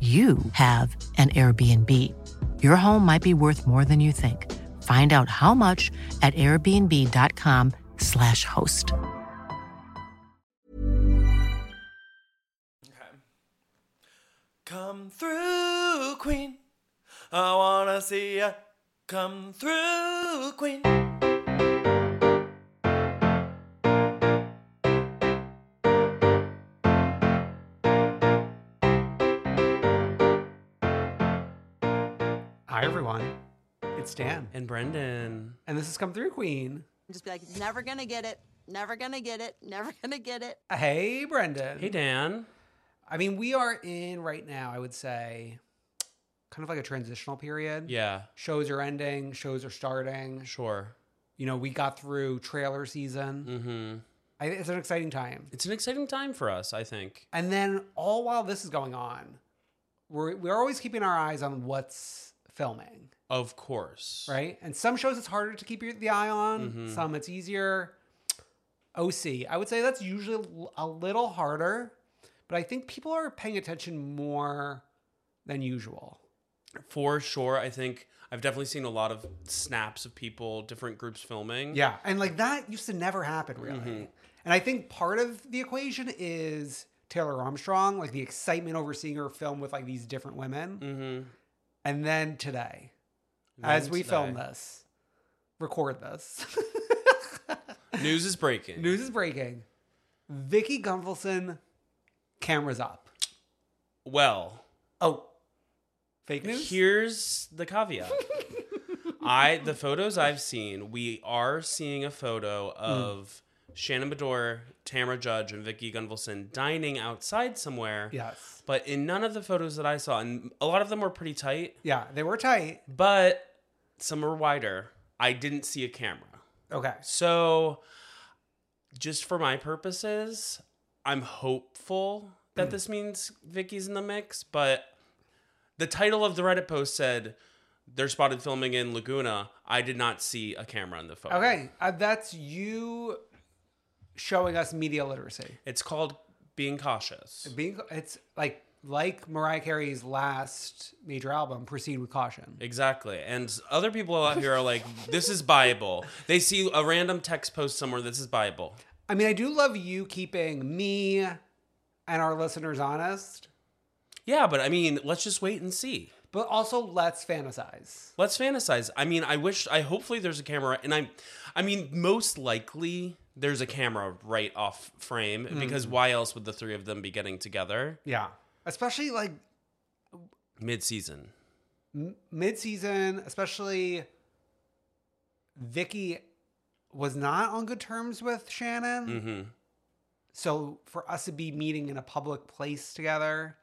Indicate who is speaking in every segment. Speaker 1: you have an Airbnb. Your home might be worth more than you think. Find out how much at airbnb.com/slash host.
Speaker 2: Okay. Come through, Queen. I wanna see ya. Come through, Queen.
Speaker 3: Hi, everyone. It's Dan.
Speaker 2: And Brendan.
Speaker 3: And this is Come Through Queen.
Speaker 4: just be like, never gonna get it, never gonna get it, never gonna get it.
Speaker 3: Hey, Brendan.
Speaker 2: Hey, Dan.
Speaker 3: I mean, we are in right now, I would say, kind of like a transitional period.
Speaker 2: Yeah,
Speaker 3: Shows are ending, shows are starting.
Speaker 2: sure.
Speaker 3: You know, we got through trailer season.
Speaker 2: Mm-hmm.
Speaker 3: I, it's an exciting time.
Speaker 2: It's an exciting time for us, I think.
Speaker 3: And then all while this is going on, we're, we're always keeping our eyes on what's filming,
Speaker 2: Of course.
Speaker 3: right? And some shows it's harder to keep your, the eye on,
Speaker 2: Mhm.
Speaker 3: some it's easier. OC, I would say that's usually l- a little harder, but I think people are paying attention more than usual.
Speaker 2: For sure. I think I've definitely seen a lot of snaps of people, different groups filming.
Speaker 3: Yeah. And like that used to never happen really.
Speaker 2: Mhm.
Speaker 3: And I think part of the equation is Taylor Armstrong, like the excitement over seeing her film with like these different women.
Speaker 2: Mm-hmm.
Speaker 3: And then today, as we film this, record this,
Speaker 2: News is breaking.
Speaker 3: news is breaking. Vicky Gunvalson, cameras up.
Speaker 2: Well,
Speaker 3: Oh, fake news?
Speaker 2: here's the caveat. I the photos I've seen, we are seeing a photo of
Speaker 3: Mm.
Speaker 2: Shannon Bedore, Tamara Judge, and Vicky Gunvalson dining outside somewhere.
Speaker 3: Yes.
Speaker 2: But in none of the photos that I saw, and a lot of them were pretty tight,
Speaker 3: Yeah, they were tight.
Speaker 2: but some were wider. I didn't see a camera.
Speaker 3: Okay.
Speaker 2: So, just for my purposes, I'm hopeful that this means Vicky's in the mix, but the title of the Reddit post said they're spotted filming in Laguna. I did not see a camera in the photo.
Speaker 3: Okay. Uh, that's you showing us media literacy.
Speaker 2: It's called being cautious.
Speaker 3: being it's like like Mariah Carey's last major album, Proceed with Caution.
Speaker 2: Exactly. And other people out here are like, this is Bible. They see a random text post somewhere, this is Bible.
Speaker 3: I mean, I do love you keeping me and our listeners honest,
Speaker 2: Yeah, but I mean, let's just wait and see.
Speaker 3: but also let's fantasize.
Speaker 2: Let's fantasize. I mean, I wish I hopefully there's a camera and I I mean, most likely there's a camera right off frame because
Speaker 3: Hmm.
Speaker 2: why else would the three of them be getting together
Speaker 3: Yeah. Especially like
Speaker 2: mid-season?
Speaker 3: m- mid-season, especially Vicky was not on good terms with Shannon.
Speaker 2: Mhm.
Speaker 3: So for us to be meeting in a public place together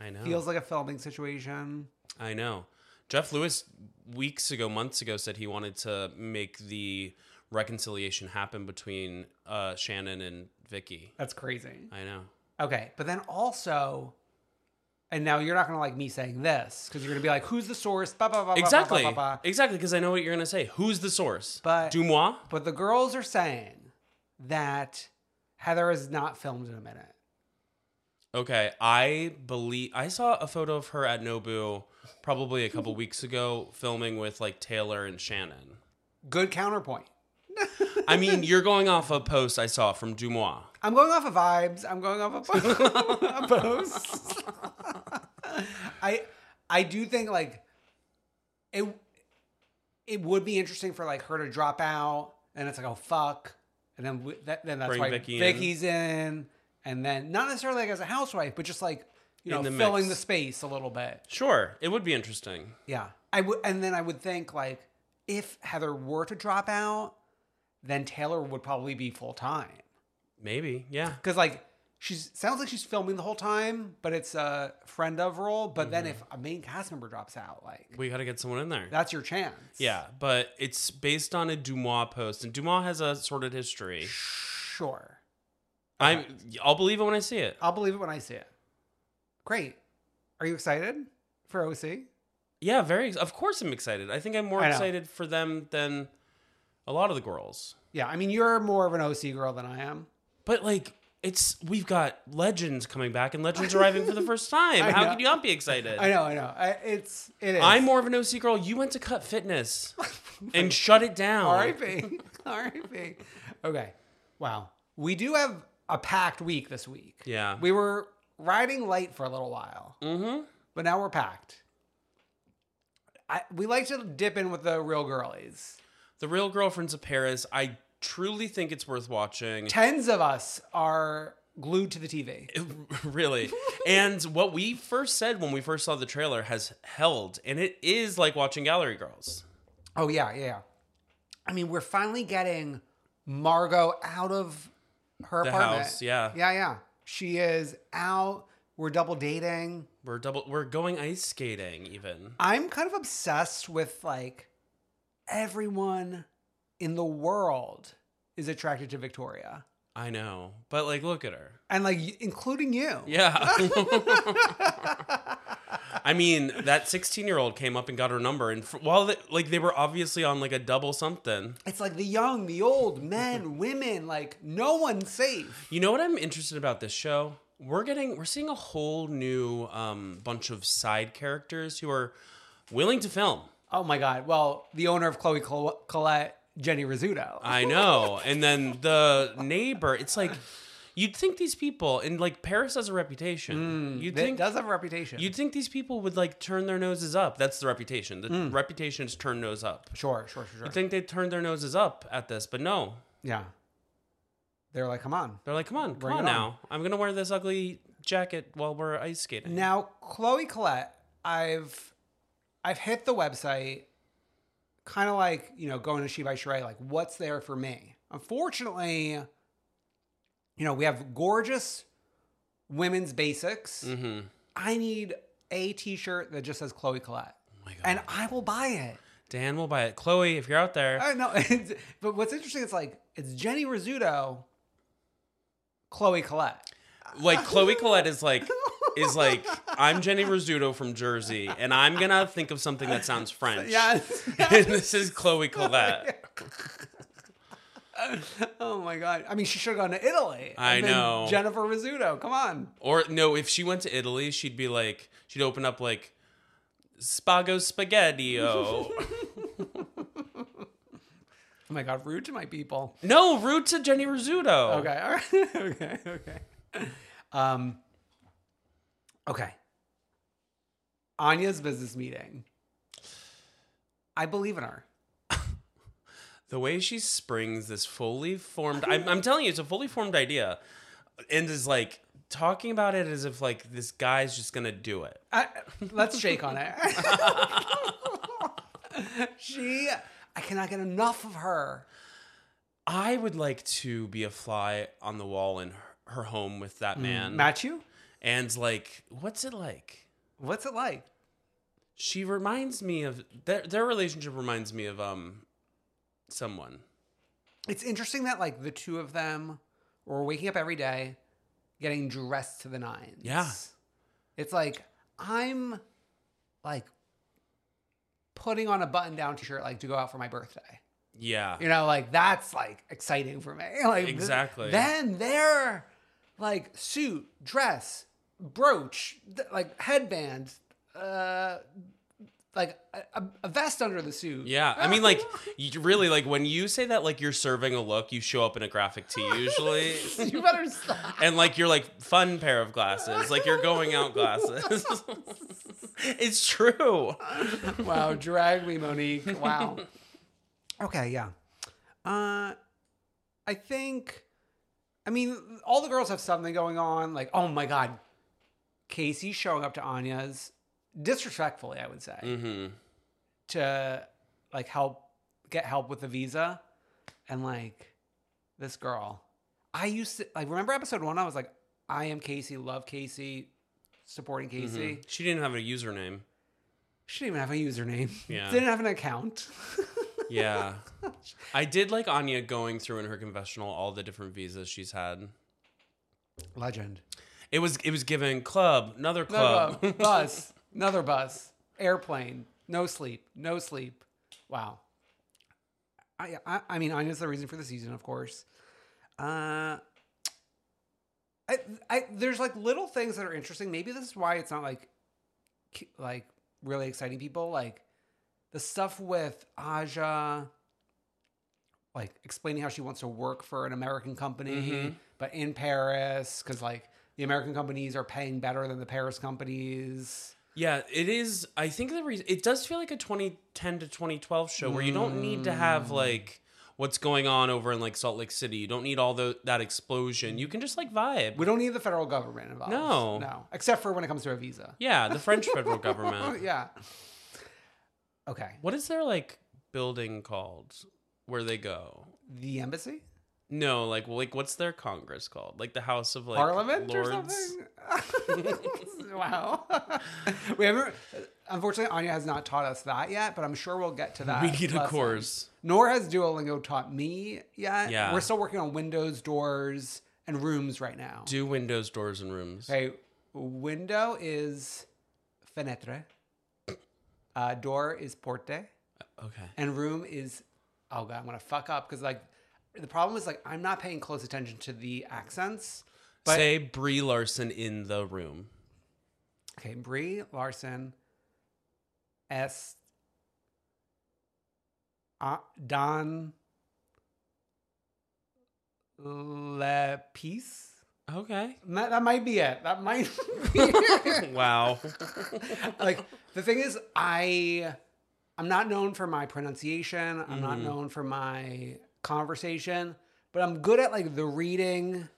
Speaker 2: I know.
Speaker 3: feels like a filming situation.
Speaker 2: I know. Jeff Lewis weeks ago, months ago said he wanted to make the reconciliation happen between uh, Shannon and Vicky.
Speaker 3: That's crazy.
Speaker 2: I know.
Speaker 3: Okay, but then also And now you're not going to like me saying this because you're going to be like, who's the source? Ba, ba, ba, ba, ba, ba,
Speaker 2: Exactly.
Speaker 3: ba, ba.
Speaker 2: Exactly, because I know what you're gonna say. Who's the source?
Speaker 3: But-
Speaker 2: Dumois?
Speaker 3: But the girls are saying that Heather is not filmed in a minute.
Speaker 2: Okay, I believe I saw a photo of her at Nobu probably a couple weeks ago filming with like Taylor and Shannon.
Speaker 3: Good counterpoint.
Speaker 2: I mean, you're going off a post I saw from Dumois.
Speaker 3: I'm going off of vibes. I'm going off of a post. I I do think like it it would be interesting for like her to drop out and it's like oh fuck and then we, that, then that's
Speaker 2: Bring
Speaker 3: why
Speaker 2: Vicky in.
Speaker 3: Vicky's in and then not necessarily like as a housewife but just like you know
Speaker 2: In the
Speaker 3: filling
Speaker 2: mix.
Speaker 3: the space a little bit.
Speaker 2: Sure, it would be interesting.
Speaker 3: Yeah. I would and then I would think like if Heather were to drop out then Taylor would probably be full time.
Speaker 2: Maybe, yeah.
Speaker 3: Cuz like she's sounds like she's filming the whole time, but it's a friend of role, but then
Speaker 2: Mm-hmm.
Speaker 3: if a main cast member drops out like
Speaker 2: We got to get someone in there.
Speaker 3: that's your chance.
Speaker 2: yeah, but it's based on a Dumois post, and Dumois has a sordid history.
Speaker 3: Sure.
Speaker 2: I'm, I'll believe it when I see it.
Speaker 3: I'll believe it when I see it. Great. Are you excited for OC?
Speaker 2: Yeah, very. ex- Of course, I'm excited. I think I'm more
Speaker 3: I know.
Speaker 2: excited for them than a lot of the girls.
Speaker 3: Yeah, I mean you're more of an OC girl than I am.
Speaker 2: But like, it's we've got legends coming back and legends arriving for the first
Speaker 3: I
Speaker 2: time. How
Speaker 3: know.
Speaker 2: could you not be excited?
Speaker 3: I know, I know. I, it's it is.
Speaker 2: I'm more of an OC girl. You went to Cut Fitness and shut it down.
Speaker 3: R.I.P. R.I.P. Okay. Wow. We do have a packed week this week.
Speaker 2: Yeah.
Speaker 3: We were riding light for a little while,
Speaker 2: Mm-hmm.
Speaker 3: but now we're packed. I, we like to dip in with the real girlies.
Speaker 2: The Real Girlfriends of Paris. I truly think it's worth watching.
Speaker 3: Tens of us are glued to the TV.
Speaker 2: really. and what we first said when we first saw the trailer has held, and it is like watching Gallery Girls.
Speaker 3: Oh yeah, yeah. yeah. I mean, we're finally getting Margot out of her
Speaker 2: The
Speaker 3: apartment.
Speaker 2: house, yeah.
Speaker 3: Yeah, yeah. She is out. We're double dating.
Speaker 2: We're double. We're going ice skating even.
Speaker 3: I'm kind of obsessed with like everyone in the world is attracted to Victoria.
Speaker 2: I know, but like, look at her.
Speaker 3: And like y- including you.
Speaker 2: Yeah. I mean, that 16 year old came up and got her number, and fr while they, like they were obviously on like a double something.
Speaker 3: It's like the young, the old, men, women, like no one's safe.
Speaker 2: You know what I'm interested about this show? We're getting we're seeing a whole new um, bunch of side characters who are willing to film.
Speaker 3: Oh my god. Well, the owner of Chloe Col- Colette, Jenny Rizzuto.
Speaker 2: I know. And then the neighbor, it's like you'd think these people and like Paris has a reputation. you'd
Speaker 3: that
Speaker 2: think
Speaker 3: Hmm. does have a reputation.
Speaker 2: you'd think these people would like turn their noses up. That's the reputation. The
Speaker 3: Hmm.
Speaker 2: reputation is turn nose up.
Speaker 3: sure, sure, sure, sure.
Speaker 2: You'd think they turned their noses up at this, but no.
Speaker 3: yeah. They're like, come on.
Speaker 2: They're like, come on, come
Speaker 3: Bring it
Speaker 2: on,
Speaker 3: on.
Speaker 2: now. I'm gonna wear this ugly jacket while we're ice skating.
Speaker 3: Now, Chloe Collette, I've I've hit the website, kind of like you know going to She by Sheree, like what's there for me. Unfortunately, you know we have gorgeous women's basics.
Speaker 2: mm-hmm.
Speaker 3: I need a T-shirt that just says Chloe Collette,
Speaker 2: Oh my God.
Speaker 3: and I will buy it.
Speaker 2: Dan will buy it. Chloe, if you're out there,
Speaker 3: I know, it's, but what's interesting is like it's Jenny Rizzuto, Chloe Collette.
Speaker 2: like Chloe Collette is like is like I'm Jenny Rizzuto from Jersey, and I'm gonna think of something that sounds French.
Speaker 3: Yes.
Speaker 2: and this is Chloe Collette.
Speaker 3: Oh my god! I mean, she should have gone to Italy.
Speaker 2: I
Speaker 3: and been
Speaker 2: know.
Speaker 3: Jennifer Rizzuto. Come on.
Speaker 2: Or no, if she went to Italy, she'd be like she'd open up like Spago Spaghettio.
Speaker 3: Oh my god, rude to my people.
Speaker 2: no, rude to Jenny Rizzuto.
Speaker 3: Okay, all right, okay, okay. Um, okay. Anya's business meeting. I believe in her.
Speaker 2: The way she springs this fully formed, I'm, I'm telling you, it's a fully formed idea, and is like talking about it as if like this guy's just gonna do it.
Speaker 3: I, let's shake on it. she, I cannot get enough of her.
Speaker 2: I would like to be a fly on the wall in her, her home with that man,
Speaker 3: Match you?
Speaker 2: and like, what's it like?
Speaker 3: What's it like?
Speaker 2: She reminds me of their their relationship reminds me of um someone.
Speaker 3: It's interesting that like the two of them were waking up every day, getting dressed to the nines.
Speaker 2: Yeah.
Speaker 3: It's like I'm like putting on a button down t shirt like to go out for my birthday.
Speaker 2: Yeah.
Speaker 3: You know, like that's like exciting for me. Like th-
Speaker 2: Exactly.
Speaker 3: Then their like suit, dress, brooch, th- like headband, uh, like a- a, a vest under the suit.
Speaker 2: Yeah, I mean, like, you really, like when you say that, like you're serving a look, you show up in a graphic tee usually,
Speaker 3: you better stop.
Speaker 2: and like you're like fun pair of glasses, like you're going out glasses. it's true.
Speaker 3: wow, drag me, Monique. Wow. okay, yeah. Uh, I think, I mean, all the girls have something going on. Like, oh my God, Casey showing up to Anya's disrespectfully, I would say,
Speaker 2: hmm
Speaker 3: to like help get help with the visa, and like this girl. I used to like remember episode one. I was like, I am Casey, love Casey, supporting Casey.
Speaker 2: She didn't have a username.
Speaker 3: She didn't even have a username.
Speaker 2: Yeah.
Speaker 3: Didn't have an account.
Speaker 2: Yeah, I did like Anya going through in her confessional all the different visas she's had.
Speaker 3: Legend.
Speaker 2: It was it was given club, another
Speaker 3: Another
Speaker 2: club.
Speaker 3: bu- bus. Another bus. Airplane. No sleep. No sleep. Wow. I I, I mean, Anya's the reason for the season, of course. Uh. I, I, there's like little things that are interesting. Maybe this is why it's not like, ki- like really exciting people. Like the stuff with Aja, like explaining how she wants to work for an American company, but in Paris, because like the American companies are paying better than the Paris companies.
Speaker 2: Yeah, it is. I think the reason it does feel like a 2010 to 2012 show where you don't need to have like what's going on over in like Salt Lake City. You don't need all the, that explosion. You can just like vibe.
Speaker 3: We don't need the federal government involved.
Speaker 2: No.
Speaker 3: no, except for when it comes to a visa.
Speaker 2: yeah, the French federal government.
Speaker 3: yeah. Okay,
Speaker 2: What is their like building called where they go?
Speaker 3: the embassy,
Speaker 2: No, like like what's their Congress called? Like the House of like
Speaker 3: Parliament,
Speaker 2: Lords.
Speaker 3: or something. wow. we haven't. Unfortunately, Anya has not taught us that yet, but I'm sure we'll get to that.
Speaker 2: We need a
Speaker 3: lesson.
Speaker 2: course.
Speaker 3: Nor has Duolingo taught me yet.
Speaker 2: Yeah.
Speaker 3: We're still working on windows, doors, and rooms right now.
Speaker 2: Do windows, doors, and rooms.
Speaker 3: okay. Window is fenetre. Uh, door is porte.
Speaker 2: Okay.
Speaker 3: And room is oh god, I'm gonna fuck up because like the problem is like I'm not paying close attention to the accents. But-
Speaker 2: Say Brie Larson in the room.
Speaker 3: Okay, Brie Larson, S. Uh, Don Lepice.
Speaker 2: Okay.
Speaker 3: That, that might be it. That might be it.
Speaker 2: Wow.
Speaker 3: like the thing is, I I'm not known for my pronunciation. I'm not known for my conversation, but I'm good at like the reading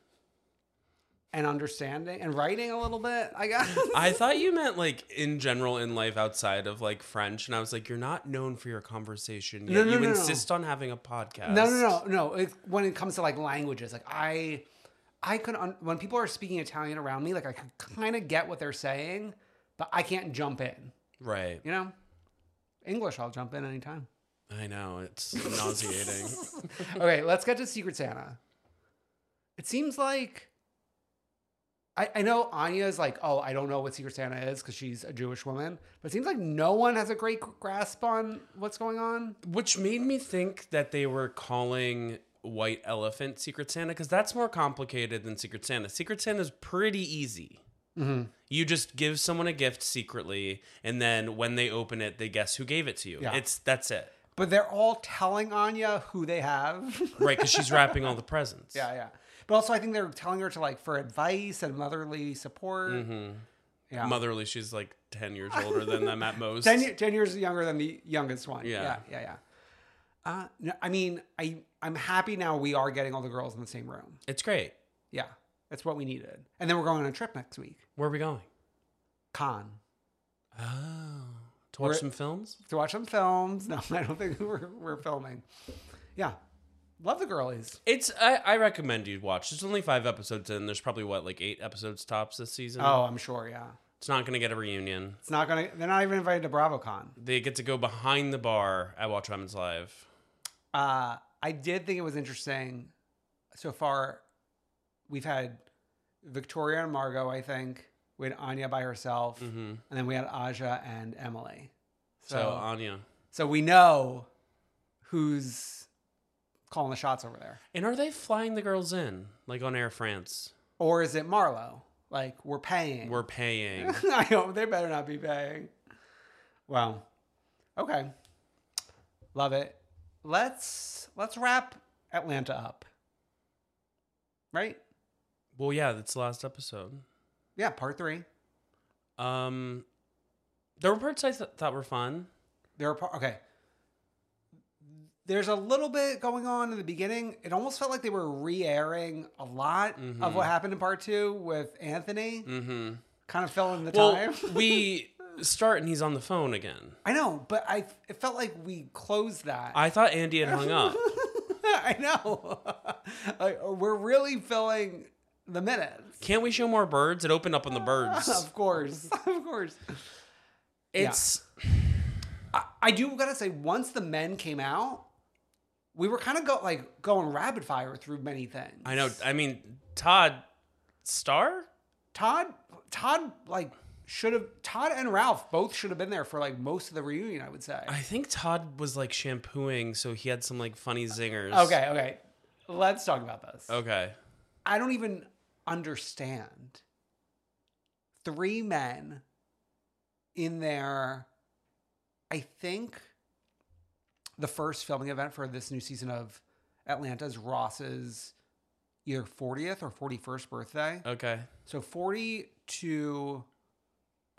Speaker 3: and understanding and writing a little bit. I guess.
Speaker 2: I thought you meant like in general in life outside of like French, and I was like, you're not known for your conversation. Yet
Speaker 3: No, no,
Speaker 2: you
Speaker 3: no, no.
Speaker 2: insist on having a podcast.
Speaker 3: No, no, no, no. It, when it comes to like languages, like I, I could un- when people are speaking Italian around me, like I can kind of get what they're saying, but I can't jump in.
Speaker 2: Right.
Speaker 3: You know, English, I'll jump in anytime.
Speaker 2: I know it's nauseating.
Speaker 3: okay, let's get to Secret Santa. It seems like I, I know Anya's like, oh, I don't know what Secret Santa is because she's a Jewish woman, but it seems like no one has a great grasp on what's going on.
Speaker 2: Which made me think that they were calling White Elephant Secret Santa because that's more complicated than Secret Santa. Secret Santa's pretty easy.
Speaker 3: Mm-hmm.
Speaker 2: You just give someone a gift secretly, and then when they open it, they guess who gave it to you.
Speaker 3: Yeah.
Speaker 2: It's that's it,
Speaker 3: But they're all telling Anya who they have.
Speaker 2: right? Because she's wrapping all the presents.
Speaker 3: Yeah, yeah. But also, I think they're telling her to like for advice and motherly support.
Speaker 2: Mm-hmm.
Speaker 3: Yeah.
Speaker 2: Motherly, she's like ten years older than them at most.
Speaker 3: Ten, ye- 10 years younger than the youngest one.
Speaker 2: Yeah.
Speaker 3: yeah, yeah. yeah. Uh, no, I mean, I I'm happy now we are getting all the girls in the same room.
Speaker 2: It's great.
Speaker 3: Yeah, that's what we needed. And then we're going on a trip next week.
Speaker 2: Where are we going?
Speaker 3: Con
Speaker 2: Oh, to
Speaker 3: We're-
Speaker 2: watch some films.
Speaker 3: to watch some films. No, I don't think we're we're filming. Yeah, love the girlies.
Speaker 2: It's I, I recommend you watch. There's only five episodes in. There's probably what like eight episodes tops this season.
Speaker 3: Oh, I'm sure. Yeah,
Speaker 2: it's not gonna get a reunion.
Speaker 3: it's not gonna. They're not even invited to BravoCon.
Speaker 2: They get to go behind the bar at Watch Women's Live.
Speaker 3: Uh, I did think it was interesting. So far, we've had Victoria and Margot, I think, We had Anya by herself,
Speaker 2: Mhm.
Speaker 3: and then we had Aja and Emily.
Speaker 2: So,
Speaker 3: Oh.
Speaker 2: Anya.
Speaker 3: So we know who's calling the shots over there.
Speaker 2: And are they flying the girls in like on Air France?
Speaker 3: Or is it Marlo? Like we're paying.
Speaker 2: We're paying.
Speaker 3: I hope they better not be paying. Wow. Okay. Love it. Let's let's wrap Atlanta up. Right?
Speaker 2: well, yeah, that's the last episode.
Speaker 3: Yeah, part three.
Speaker 2: Um, there were parts I th- thought were fun.
Speaker 3: There are par- okay. There's a little bit going on in the beginning. It almost felt like they were re-airing a lot of what happened in part two with Anthony.
Speaker 2: Mm-hmm.
Speaker 3: Kind of fell in the
Speaker 2: Well,
Speaker 3: time.
Speaker 2: we start and he's on the phone again.
Speaker 3: I know, but I it felt like we closed that.
Speaker 2: I thought Andy had hung up.
Speaker 3: I know. Like, we're really filling the minutes.
Speaker 2: Can't we show more birds? It opened up on the birds.
Speaker 3: Of course. Of course.
Speaker 2: It's
Speaker 3: I do gotta say, once the men came out, we were kind of go like going rapid fire through many things.
Speaker 2: I know. I mean, Todd Star.
Speaker 3: Todd Todd like should have Todd and Ralph both should have been there for like most of the reunion, I would say.
Speaker 2: I think Todd was like shampooing, so he had some like funny zingers.
Speaker 3: Okay, okay. Let's talk about this.
Speaker 2: Okay.
Speaker 3: I don't even understand. Three men in their, I think, the first filming event for this new season of Atlanta's Ross's either 40th or 41st birthday.
Speaker 2: Okay.
Speaker 3: So 42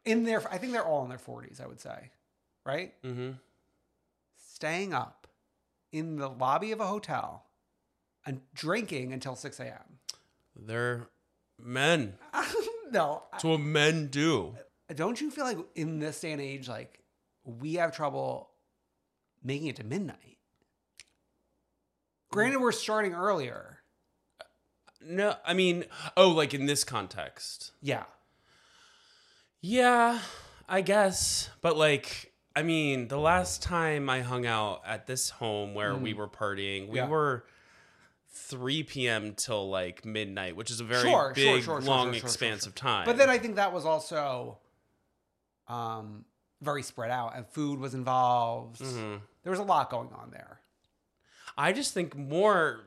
Speaker 3: in their, I think they're all in their 40s, I would say, right?
Speaker 2: Mm-hmm.
Speaker 3: Staying up in the lobby of a hotel and drinking until 6 a.m.
Speaker 2: They're men.
Speaker 3: no,
Speaker 2: It's what men do.
Speaker 3: don't you feel like in this day and age, like we have trouble making it to midnight? Granted, we're starting earlier.
Speaker 2: No, I mean, oh, like in this context.
Speaker 3: Yeah.
Speaker 2: Yeah, I guess. But like, I mean, the last time I hung out at this home where we were partying, we
Speaker 3: Mm. Yeah.
Speaker 2: were 3 p.m. till like midnight, which is a very
Speaker 3: Sure, sure,
Speaker 2: big,
Speaker 3: sure, sure,
Speaker 2: long
Speaker 3: sure, sure,
Speaker 2: expanse
Speaker 3: sure.
Speaker 2: of time.
Speaker 3: But then I think that was also um, very spread out and food was involved.
Speaker 2: Mhm.
Speaker 3: There was a lot going on there.
Speaker 2: I just think more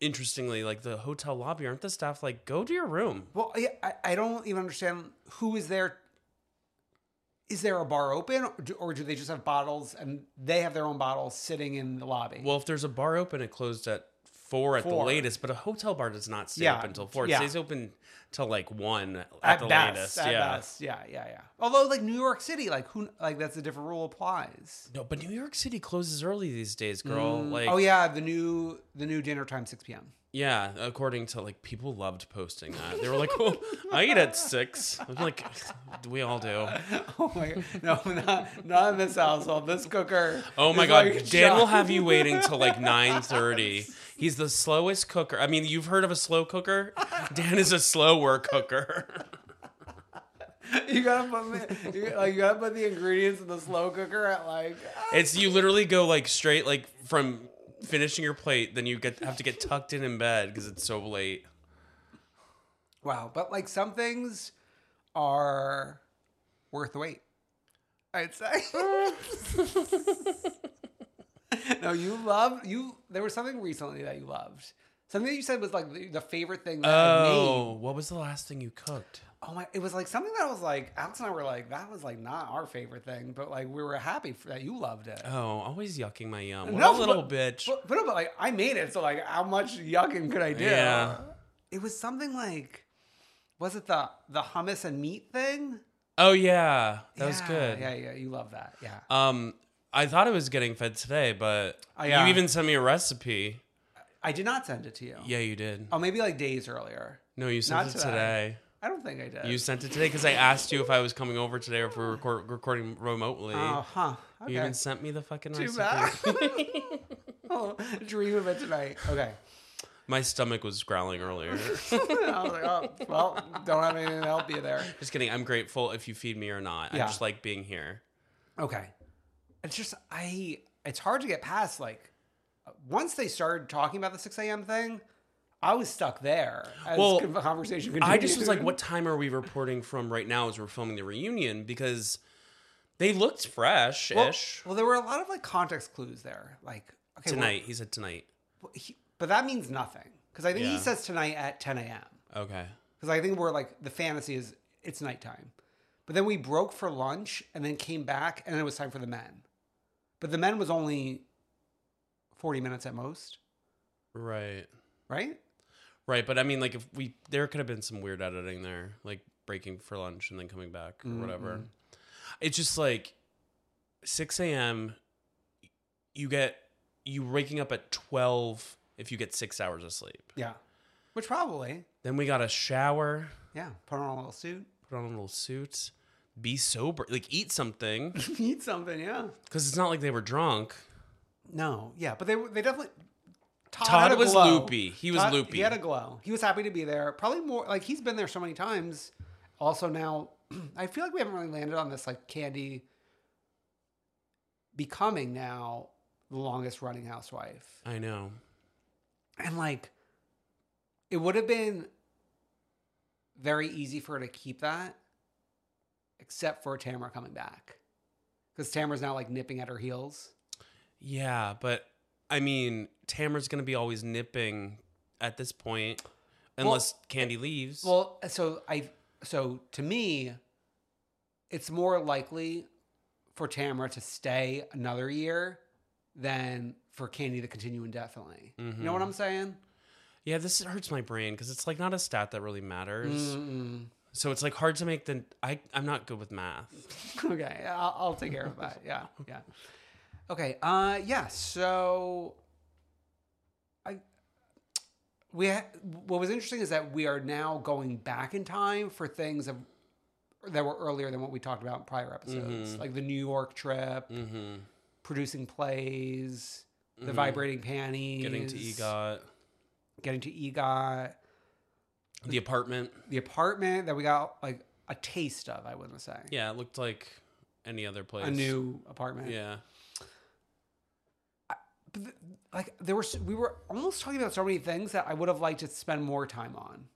Speaker 2: interestingly, like the hotel lobby, aren't the staff like, go to your room?
Speaker 3: Well, I, I- I don't even understand who is there. Is there a bar open or do, or do they just have bottles and they have their own bottles sitting in the lobby?
Speaker 2: Well, if there's a bar open, it closed at four at
Speaker 3: Four.
Speaker 2: the latest, but a hotel bar does not stay
Speaker 3: Yeah,
Speaker 2: open until four. It
Speaker 3: yeah.
Speaker 2: stays open till like one at, the
Speaker 3: best,
Speaker 2: latest.
Speaker 3: at
Speaker 2: yeah.
Speaker 3: best. yeah, yeah, yeah. Although, like New York City, like who, like that's a different rule applies.
Speaker 2: No, but New York City closes early these days, girl.
Speaker 3: Mm,
Speaker 2: Like,
Speaker 3: oh yeah, the new the new dinner time six p.m.
Speaker 2: yeah. According to like, people loved posting that. They were like, "Oh, I eat at six. I'm like, we all do.
Speaker 3: Oh my god, no, not not in this household. This cooker.
Speaker 2: Oh my
Speaker 3: is
Speaker 2: god,
Speaker 3: like
Speaker 2: Dan will
Speaker 3: shot.
Speaker 2: have you waiting till like nine thirty. He's the slowest cooker. I mean, you've heard of a slow cooker. Dan is a slower cooker.
Speaker 3: You gotta put me- you, like you gotta put the ingredients in the slow cooker at like.
Speaker 2: It's you literally go like straight like from finishing your plate, then you get have to get tucked in in bed because it's so late.
Speaker 3: Wow, but like some things are worth the wait. I'd say. no, you loved you. There was something recently that you loved. Something you said was like the, the favorite thing that I
Speaker 2: Oh,
Speaker 3: made.
Speaker 2: what was the last thing you cooked?
Speaker 3: Oh my! It was like something that was like Alex and I were like that was like not our favorite thing, but like we were happy for, that you loved it.
Speaker 2: Oh, always yucking my yum. What
Speaker 3: No,
Speaker 2: a little
Speaker 3: but-
Speaker 2: bitch.
Speaker 3: But, but, no, but like I made it, so like how much yucking could I do?
Speaker 2: Yeah.
Speaker 3: It was something like, was it the the hummus and meat thing?
Speaker 2: Oh yeah, that was
Speaker 3: Yeah,
Speaker 2: good.
Speaker 3: Yeah, yeah, you love that. Yeah.
Speaker 2: Um, I thought it was getting fed today, but
Speaker 3: Oh, yeah.
Speaker 2: you even sent me a recipe.
Speaker 3: I did not send it to you.
Speaker 2: Yeah, you did.
Speaker 3: Oh, maybe like days earlier.
Speaker 2: No, you sent
Speaker 3: Not
Speaker 2: it
Speaker 3: today.
Speaker 2: today.
Speaker 3: I don't think I did.
Speaker 2: You sent it today because I asked you if I was coming over today or if we were record- recording remotely.
Speaker 3: Oh, huh.
Speaker 2: You
Speaker 3: Okay.
Speaker 2: even sent me the fucking
Speaker 3: Too
Speaker 2: recipe.
Speaker 3: bad. oh, dream of it tonight. Okay.
Speaker 2: My stomach was growling earlier.
Speaker 3: I was like, oh, well, don't have anything to help you there.
Speaker 2: just kidding. I'm grateful if you feed me or not.
Speaker 3: Yeah.
Speaker 2: I just like being here.
Speaker 3: Okay. It's just I. It's hard to get past like once they started talking about the six a.m. thing. I was stuck there. As
Speaker 2: Well,
Speaker 3: con- conversation
Speaker 2: I just was like,
Speaker 3: continued.
Speaker 2: what time are we reporting from right now as we're filming the reunion? Because they looked fresh
Speaker 3: Well,
Speaker 2: ish.
Speaker 3: Well, there were a lot of like context clues there. Like okay, well,
Speaker 2: tonight. he said tonight.
Speaker 3: well, he- but that means nothing because I think he
Speaker 2: Yeah.
Speaker 3: says tonight at 10 a.m.
Speaker 2: Okay.
Speaker 3: because I think we're like the fantasy is it's nighttime. But then we broke for lunch and then came back and then it was time for the men. But the men was only 40 minutes at most,
Speaker 2: Right.
Speaker 3: right?
Speaker 2: Right. But I mean, like, if we, there could have been some weird editing there, like breaking for lunch and then coming back or whatever. It's just like 6 a.m. You get, you waking up at 12 if you get six hours of sleep.
Speaker 3: Yeah. Which probably,
Speaker 2: Then we got to shower,
Speaker 3: yeah, put on a little suit,
Speaker 2: put on a little suit, be sober, like eat something.
Speaker 3: eat something, yeah.
Speaker 2: Because it's not like they were drunk.
Speaker 3: No, yeah, but they were- they definitely.
Speaker 2: Todd
Speaker 3: had a
Speaker 2: was
Speaker 3: glow.
Speaker 2: loopy. He was
Speaker 3: Todd-
Speaker 2: loopy.
Speaker 3: He had a glow. He was happy to be there. Probably more like he's been there so many times. Also now, I feel like we haven't really landed on this like Candy becoming now the longest running housewife,
Speaker 2: I know.
Speaker 3: and like it would have been very easy for her to keep that, except for Tamara coming back, because Tamara's now like nipping at her heels.
Speaker 2: Yeah, but I mean, Tamara's gonna be always nipping at this point, unless Candy leaves.
Speaker 3: Well, so I so to me, it's more likely for Tamara to stay another year than for Candy to continue indefinitely. You know what I'm saying?
Speaker 2: yeah, this hurts my brain because it's like not a stat that really matters.
Speaker 3: Mm-mm.
Speaker 2: So it's like hard to make the. I I'm not good with math.
Speaker 3: Okay, I'll, I'll take care of that. Yeah, yeah. Okay. Uh, yeah. So, I we ha- what was interesting is that we are now going back in time for things of, that were earlier than what we talked about in prior episodes, like the New York trip,
Speaker 2: Mm-hmm.
Speaker 3: producing plays, the vibrating panties,
Speaker 2: Getting to EGOT,
Speaker 3: getting to EGOT,
Speaker 2: the apartment.
Speaker 3: the apartment that we got like a taste of. I wouldn't say
Speaker 2: Yeah, it looked like any other place.
Speaker 3: a new apartment.
Speaker 2: Yeah.
Speaker 3: But th- like there were, s- we were almost talking about so many things that I would have liked to spend more time on.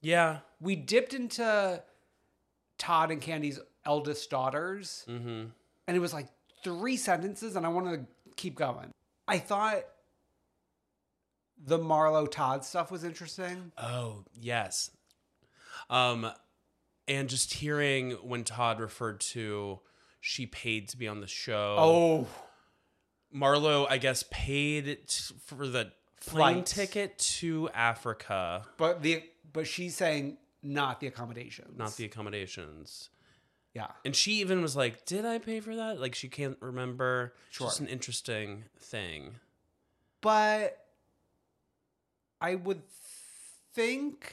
Speaker 2: Yeah.
Speaker 3: We dipped into Todd and Candy's eldest daughters,
Speaker 2: Mm-hmm.
Speaker 3: and it was like three sentences, and I wanted to keep going. I thought the Marlo Todd stuff was interesting.
Speaker 2: Oh, yes. Um and just hearing when Todd referred to she paid to be on the show.
Speaker 3: Oh,
Speaker 2: Marlo, I guess, paid t- for the plane
Speaker 3: Flight.
Speaker 2: ticket to Africa,
Speaker 3: but the but she's saying not the accommodations,
Speaker 2: not the accommodations.
Speaker 3: yeah.
Speaker 2: And she even was like, "Did I pay for that?" Like she can't remember. It's Just
Speaker 3: Sure.
Speaker 2: an interesting thing.
Speaker 3: but I would think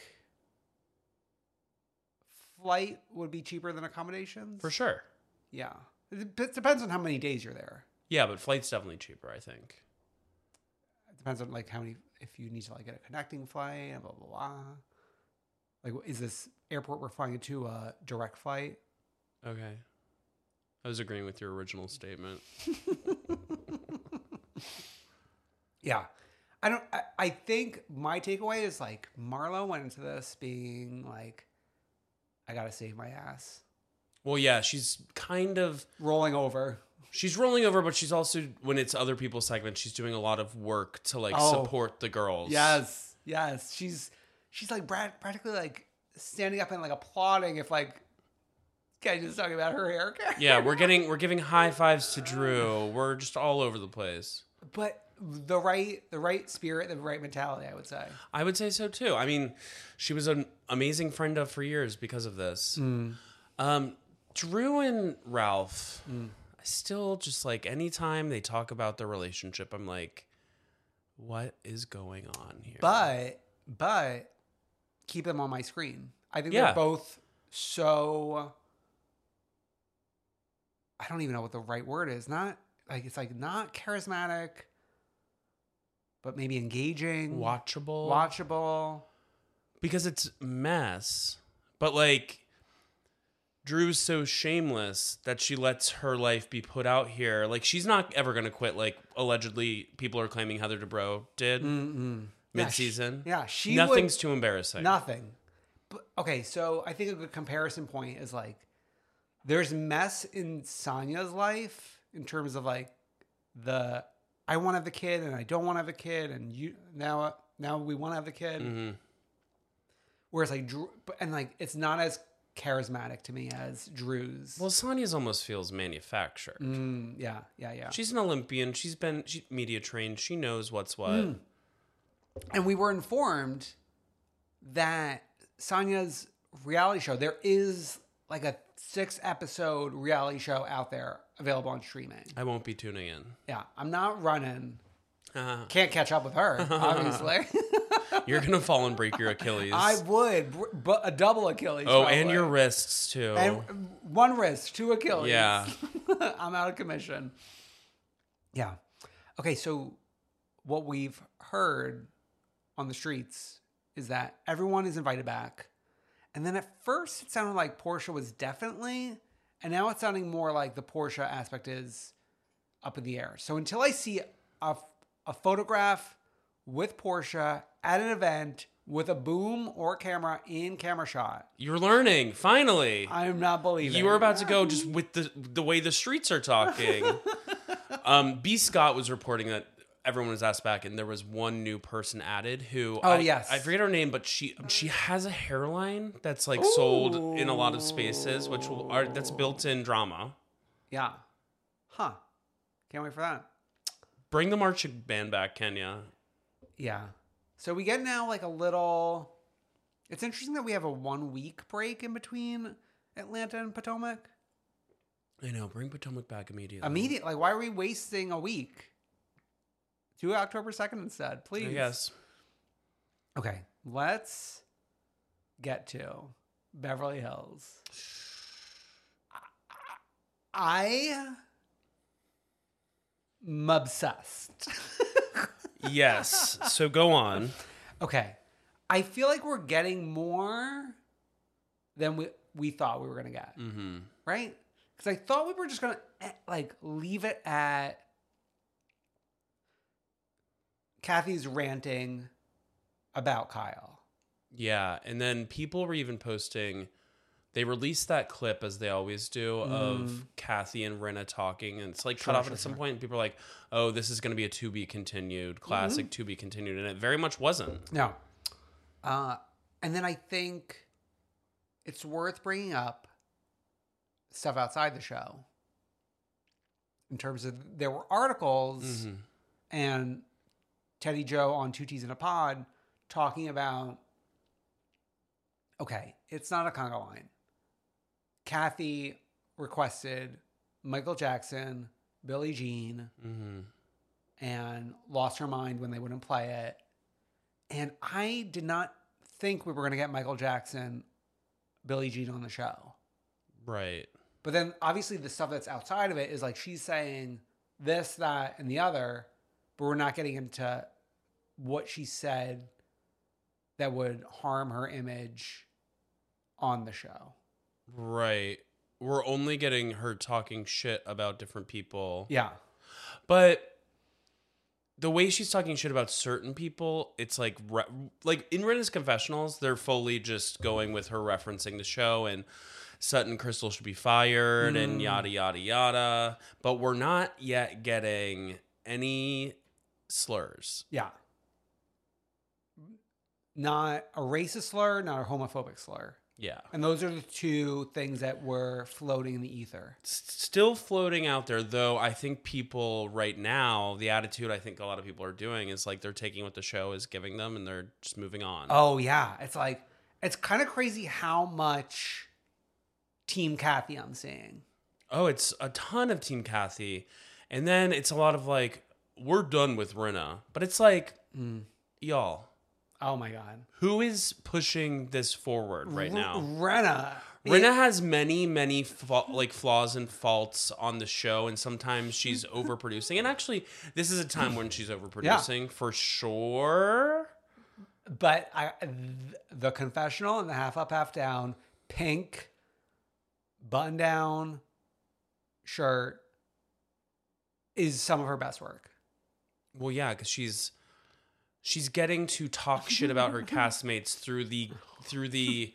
Speaker 3: flight would be cheaper than accommodations.
Speaker 2: For sure.
Speaker 3: Yeah. It dep- depends on how many days you're there.
Speaker 2: Yeah, but flight's definitely cheaper, I think.
Speaker 3: It depends on like how many if you need to like get a connecting flight and blah blah blah. Like is this airport we're flying to a direct flight?
Speaker 2: Okay. I was agreeing with your original statement.
Speaker 3: Yeah. I don't I, I think my takeaway is like Marlo went into this being like I got to save my ass.
Speaker 2: Well, yeah, she's kind of
Speaker 3: Rolling over.
Speaker 2: She's rolling over, but she's also when it's other people's segment, she's doing a lot of work to like
Speaker 3: Oh.
Speaker 2: support the girls.
Speaker 3: Yes, yes. She's she's like Brad, practically like standing up and like applauding if like guy just talking about her haircut.
Speaker 2: Yeah, we're getting we're giving high fives to Drew. We're just all over the place.
Speaker 3: But the right the right spirit, the right mentality, I would say.
Speaker 2: I would say so too. I mean, she was an amazing friend of for years because of this.
Speaker 3: Mm.
Speaker 2: Um, Drew and Ralph, I still just like anytime they talk about their relationship, I'm like, what is going on here?
Speaker 3: But but keep them on my screen. I think
Speaker 2: Yeah.
Speaker 3: they're both so I don't even know what the right word is. Not like it's like not charismatic, but maybe engaging.
Speaker 2: watchable,
Speaker 3: Watchable.
Speaker 2: because it's mess. But like Drew's so shameless that she lets her life be put out here. Like she's not ever gonna quit. Like allegedly, people are claiming Heather Dubrow did.
Speaker 3: Mm-mm. Mm. Yeah,
Speaker 2: mid season.
Speaker 3: she- yeah, she would-
Speaker 2: nothing's too embarrassing.
Speaker 3: Nothing. But, okay, so I think a good comparison point is like there's mess in Sonya's life in terms of like the I want to have the kid and I don't want to have the kid and you now now we want to have the kid. Whereas like Drew and like it's not as charismatic to me as Drew's.
Speaker 2: Well, Sonya's almost feels manufactured.
Speaker 3: Mm, yeah, yeah, yeah.
Speaker 2: She's an Olympian. She's been she, media trained. She knows what's what.
Speaker 3: Mm. and we were informed that Sonya's reality show there is like a six episode reality show out there available on streaming.
Speaker 2: I won't be tuning in.
Speaker 3: Yeah, I'm not running.
Speaker 2: Uh,
Speaker 3: Can't catch up with her, obviously.
Speaker 2: you're gonna fall and break your Achilles.
Speaker 3: I would, br- but a double Achilles.
Speaker 2: oh, and
Speaker 3: probably.
Speaker 2: your wrists too.
Speaker 3: and one wrist, two Achilles.
Speaker 2: Yeah.
Speaker 3: I'm out of commission. Yeah. Okay, so what we've heard on the streets is that everyone is invited back. And then at first it sounded like Portia was definitely, and now it's sounding more like the Portia aspect is up in the air. So until I see a, a photograph with Portia at an event with a boom or camera in camera shot,
Speaker 2: you're learning finally.
Speaker 3: I'm not believing.
Speaker 2: You were about to go just with the the way the streets are talking. um, B. Scott was reporting that everyone was asked back, and there was one new person added who
Speaker 3: Oh,
Speaker 2: I,
Speaker 3: yes.
Speaker 2: I forget her name, but she she has a hairline that's like sold in a lot of spaces, which will, are that's built in drama.
Speaker 3: Yeah. Huh. Can't wait for that.
Speaker 2: Bring the marching band back, Kenya.
Speaker 3: Yeah. So we get now like a little. It's interesting that we have a one week break in between Atlanta and Potomac.
Speaker 2: I know. Bring Potomac back immediately.
Speaker 3: Immediate. Like, why are we wasting a week? Do October 2nd instead, please.
Speaker 2: Yes.
Speaker 3: Okay. Let's get to Beverly Hills. I. am obsessed.
Speaker 2: Yes. So go on.
Speaker 3: Okay. I feel like we're getting more than we, we thought we were going to get,
Speaker 2: Mm-hmm.
Speaker 3: right? Because I thought we were just going to like leave it at Kathy's ranting about Kyle.
Speaker 2: Yeah, and then people were even posting. They released that clip as they always do of Kathy and Renna talking, and it's like cut off at some point. And people are like, "Oh, this is going to be a to be continued classic, to be continued," and it very much wasn't.
Speaker 3: No. Uh, and then I think it's worth bringing up stuff outside the show in terms of there were articles
Speaker 2: Mm-hmm.
Speaker 3: and Teddy Joe on Two Teas in a Pod talking about okay, it's not a conga line. Kathy requested Michael Jackson, Billie Jean,
Speaker 2: Mm-hmm.
Speaker 3: and lost her mind when they wouldn't play it. And I did not think we were going to get Michael Jackson, Billie Jean on the show.
Speaker 2: Right.
Speaker 3: But then obviously the stuff that's outside of it is like she's saying this, that, and the other, but we're not getting into what she said that would harm her image on the show.
Speaker 2: Right. We're only getting her talking shit about different people.
Speaker 3: Yeah.
Speaker 2: But the way she's talking shit about certain people, it's like re- like in Renna's confessionals, they're fully just going with her referencing the show and Sutton Crystal should be fired and yada yada yada. But we're not yet getting any slurs.
Speaker 3: Yeah. Not a racist slur, not a homophobic slur.
Speaker 2: Yeah.
Speaker 3: And those are the two things that were floating in the ether.
Speaker 2: S- Still floating out there, though. I think people right now, the attitude I think a lot of people are doing is like they're taking what the show is giving them and they're just moving on.
Speaker 3: Oh yeah, it's like it's kind of crazy how much Team Kathy I'm seeing.
Speaker 2: Oh, it's a ton of Team Kathy. And then it's a lot of like, we're done with Rena. But it's like, y'all,
Speaker 3: Oh my god,
Speaker 2: who is pushing this forward right now?
Speaker 3: Rena.
Speaker 2: Rena has many, many fa- like flaws and faults on the show, and sometimes she's overproducing. And actually, this is a time when she's overproducing for sure.
Speaker 3: But I, th- the confessional and the half up, half down, pink button down shirt is some of her best work.
Speaker 2: Well, yeah, because she's she's getting to talk shit about her castmates through the through the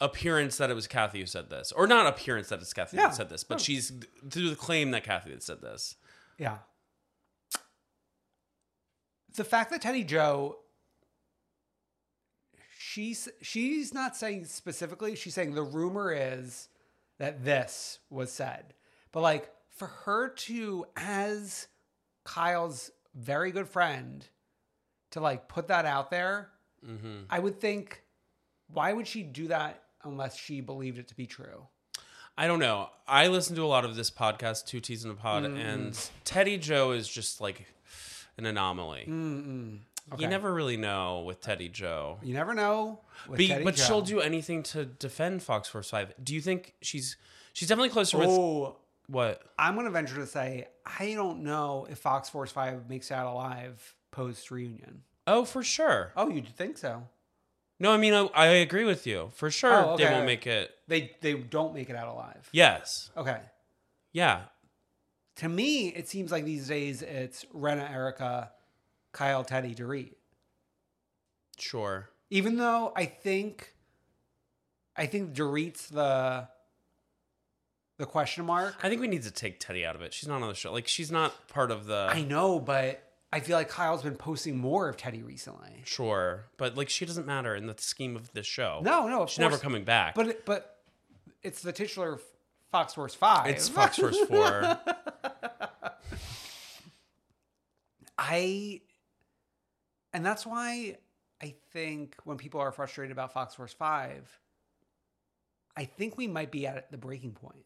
Speaker 2: appearance that it was Kathy who said this, or not appearance that it's Kathy
Speaker 3: Yeah. Oh.
Speaker 2: that said this, but
Speaker 3: No.
Speaker 2: she's through the claim that Kathy had said this.
Speaker 3: Yeah. The fact that Teddy Joe, she's she's not saying specifically. She's saying the rumor is that this was said, but like for her to, as Kyle's very good friend, to like put that out there,
Speaker 2: Mhm.
Speaker 3: I would think, why would she do that unless she believed it to be true?
Speaker 2: I don't know. I listen to a lot of this podcast, Two Teas in a Pod,
Speaker 3: Mm.
Speaker 2: and Teddy Joe is just like an anomaly.
Speaker 3: Mm-mm. Mm. Okay.
Speaker 2: You never really know with Teddy Joe.
Speaker 3: you never know. with
Speaker 2: Be,
Speaker 3: Teddy
Speaker 2: but she'll
Speaker 3: Joe.
Speaker 2: do anything to defend Fox Force Five. Do you think she's she's definitely closer with
Speaker 3: Oh,
Speaker 2: what?
Speaker 3: I'm going to venture to say I don't know if Fox Force 5 makes it out alive post reunion.
Speaker 2: Oh, for sure.
Speaker 3: Oh, you'd think so.
Speaker 2: No, I mean I, I agree with you. For sure,
Speaker 3: Oh,
Speaker 2: they
Speaker 3: okay.
Speaker 2: won't make it.
Speaker 3: They they don't make it out alive.
Speaker 2: Yes.
Speaker 3: Okay.
Speaker 2: Yeah.
Speaker 3: To me, it seems like these days it's Rena, Erica, Kyle, Teddy, Dorit.
Speaker 2: Sure.
Speaker 3: Even though I think I think Dorit's the the question mark.
Speaker 2: I think we need to take Teddy out of it. She's not on the show. Like she's not part of the.
Speaker 3: I know, but I feel like Kyle's been posting more of Teddy recently.
Speaker 2: Sure, but like she doesn't matter in the scheme of this show.
Speaker 3: No, no, of
Speaker 2: she's never
Speaker 3: course.
Speaker 2: coming back.
Speaker 3: But it- but it's the titular F- Fox Force Five.
Speaker 2: it's Fox Force Four.
Speaker 3: I, and that's why I think when people are frustrated about Fox Force Five, I think we might be at the breaking point.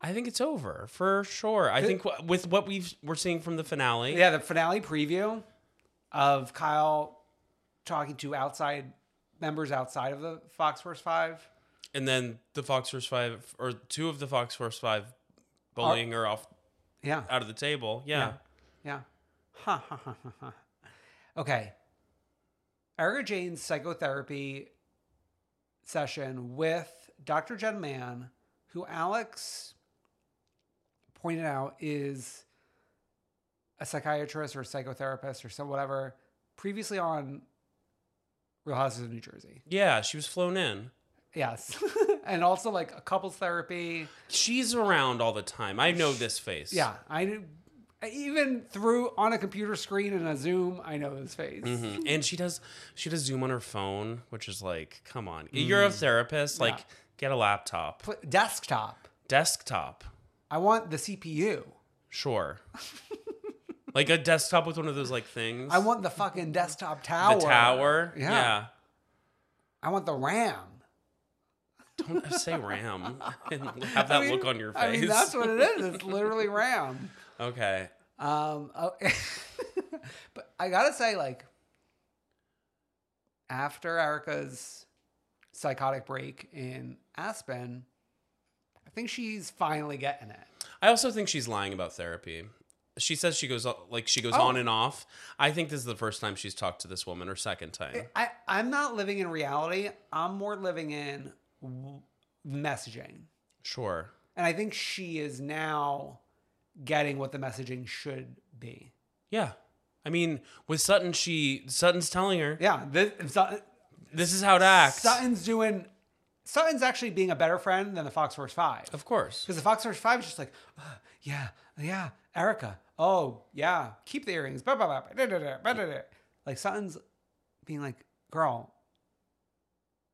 Speaker 2: I think it's over for sure. I
Speaker 3: The-
Speaker 2: think w- with what we've we're seeing from the finale.
Speaker 3: Yeah, the finale preview of Kyle talking to outside members outside of the Fox Force Five.
Speaker 2: and then the Fox Force Five or two of the Fox Force Five bullying her off
Speaker 3: Yeah,
Speaker 2: out of the table. Yeah,
Speaker 3: yeah. Ha ha ha ha. ha. Okay. Erica Jane's psychotherapy session with Dr. Jen Mann, who Alex pointed out is a psychiatrist or psychotherapist or some whatever, previously on Real Houses of New Jersey.
Speaker 2: yeah. She was flown in.
Speaker 3: Yes. and also like a couples therapy.
Speaker 2: She's around all the time. I know this face.
Speaker 3: Yeah, I knew- even through on a computer screen and a Zoom, I know his face.
Speaker 2: Mhm. And she does she does Zoom on her phone, which is like, come on,
Speaker 3: Mm.
Speaker 2: you're a therapist. Like, get a laptop,
Speaker 3: Pl- Desktop.
Speaker 2: desktop.
Speaker 3: I want the CPU.
Speaker 2: Sure. like a desktop with one of those like things.
Speaker 3: I want the fucking desktop
Speaker 2: the
Speaker 3: tower.
Speaker 2: tower.
Speaker 3: Yeah. I want the RAM.
Speaker 2: Don't say RAM and have that
Speaker 3: I mean-
Speaker 2: look on your face.
Speaker 3: I mean, that's what it is. It's literally RAM.
Speaker 2: okay.
Speaker 3: Um, oh, but I gotta say, like, after Erica's psychotic break in Aspen, I think she's finally getting it.
Speaker 2: I also think she's lying about therapy. She says she goes o- like she goes
Speaker 3: Oh.
Speaker 2: on and off. I think this is the first time she's talked to this woman or second time.
Speaker 3: I, I'm not living in reality. I'm more living in w- messaging.
Speaker 2: Sure.
Speaker 3: And I think she is now getting what the messaging should be.
Speaker 2: Yeah. I mean, with Sutton, she Sutton's telling her
Speaker 3: Yeah. This, Sut-
Speaker 2: this is how to act.
Speaker 3: Sutton's doing, Sutton's actually being a better friend than the Fox Force 5.
Speaker 2: Of course.
Speaker 3: Because the Fox Force 5 is just like, "Ugh, yeah, yeah, Erica. Oh, yeah, keep the earrings. Blah, blah, blah, blah, blah, blah, blah, blah, blah." Like Sutton's being like, girl,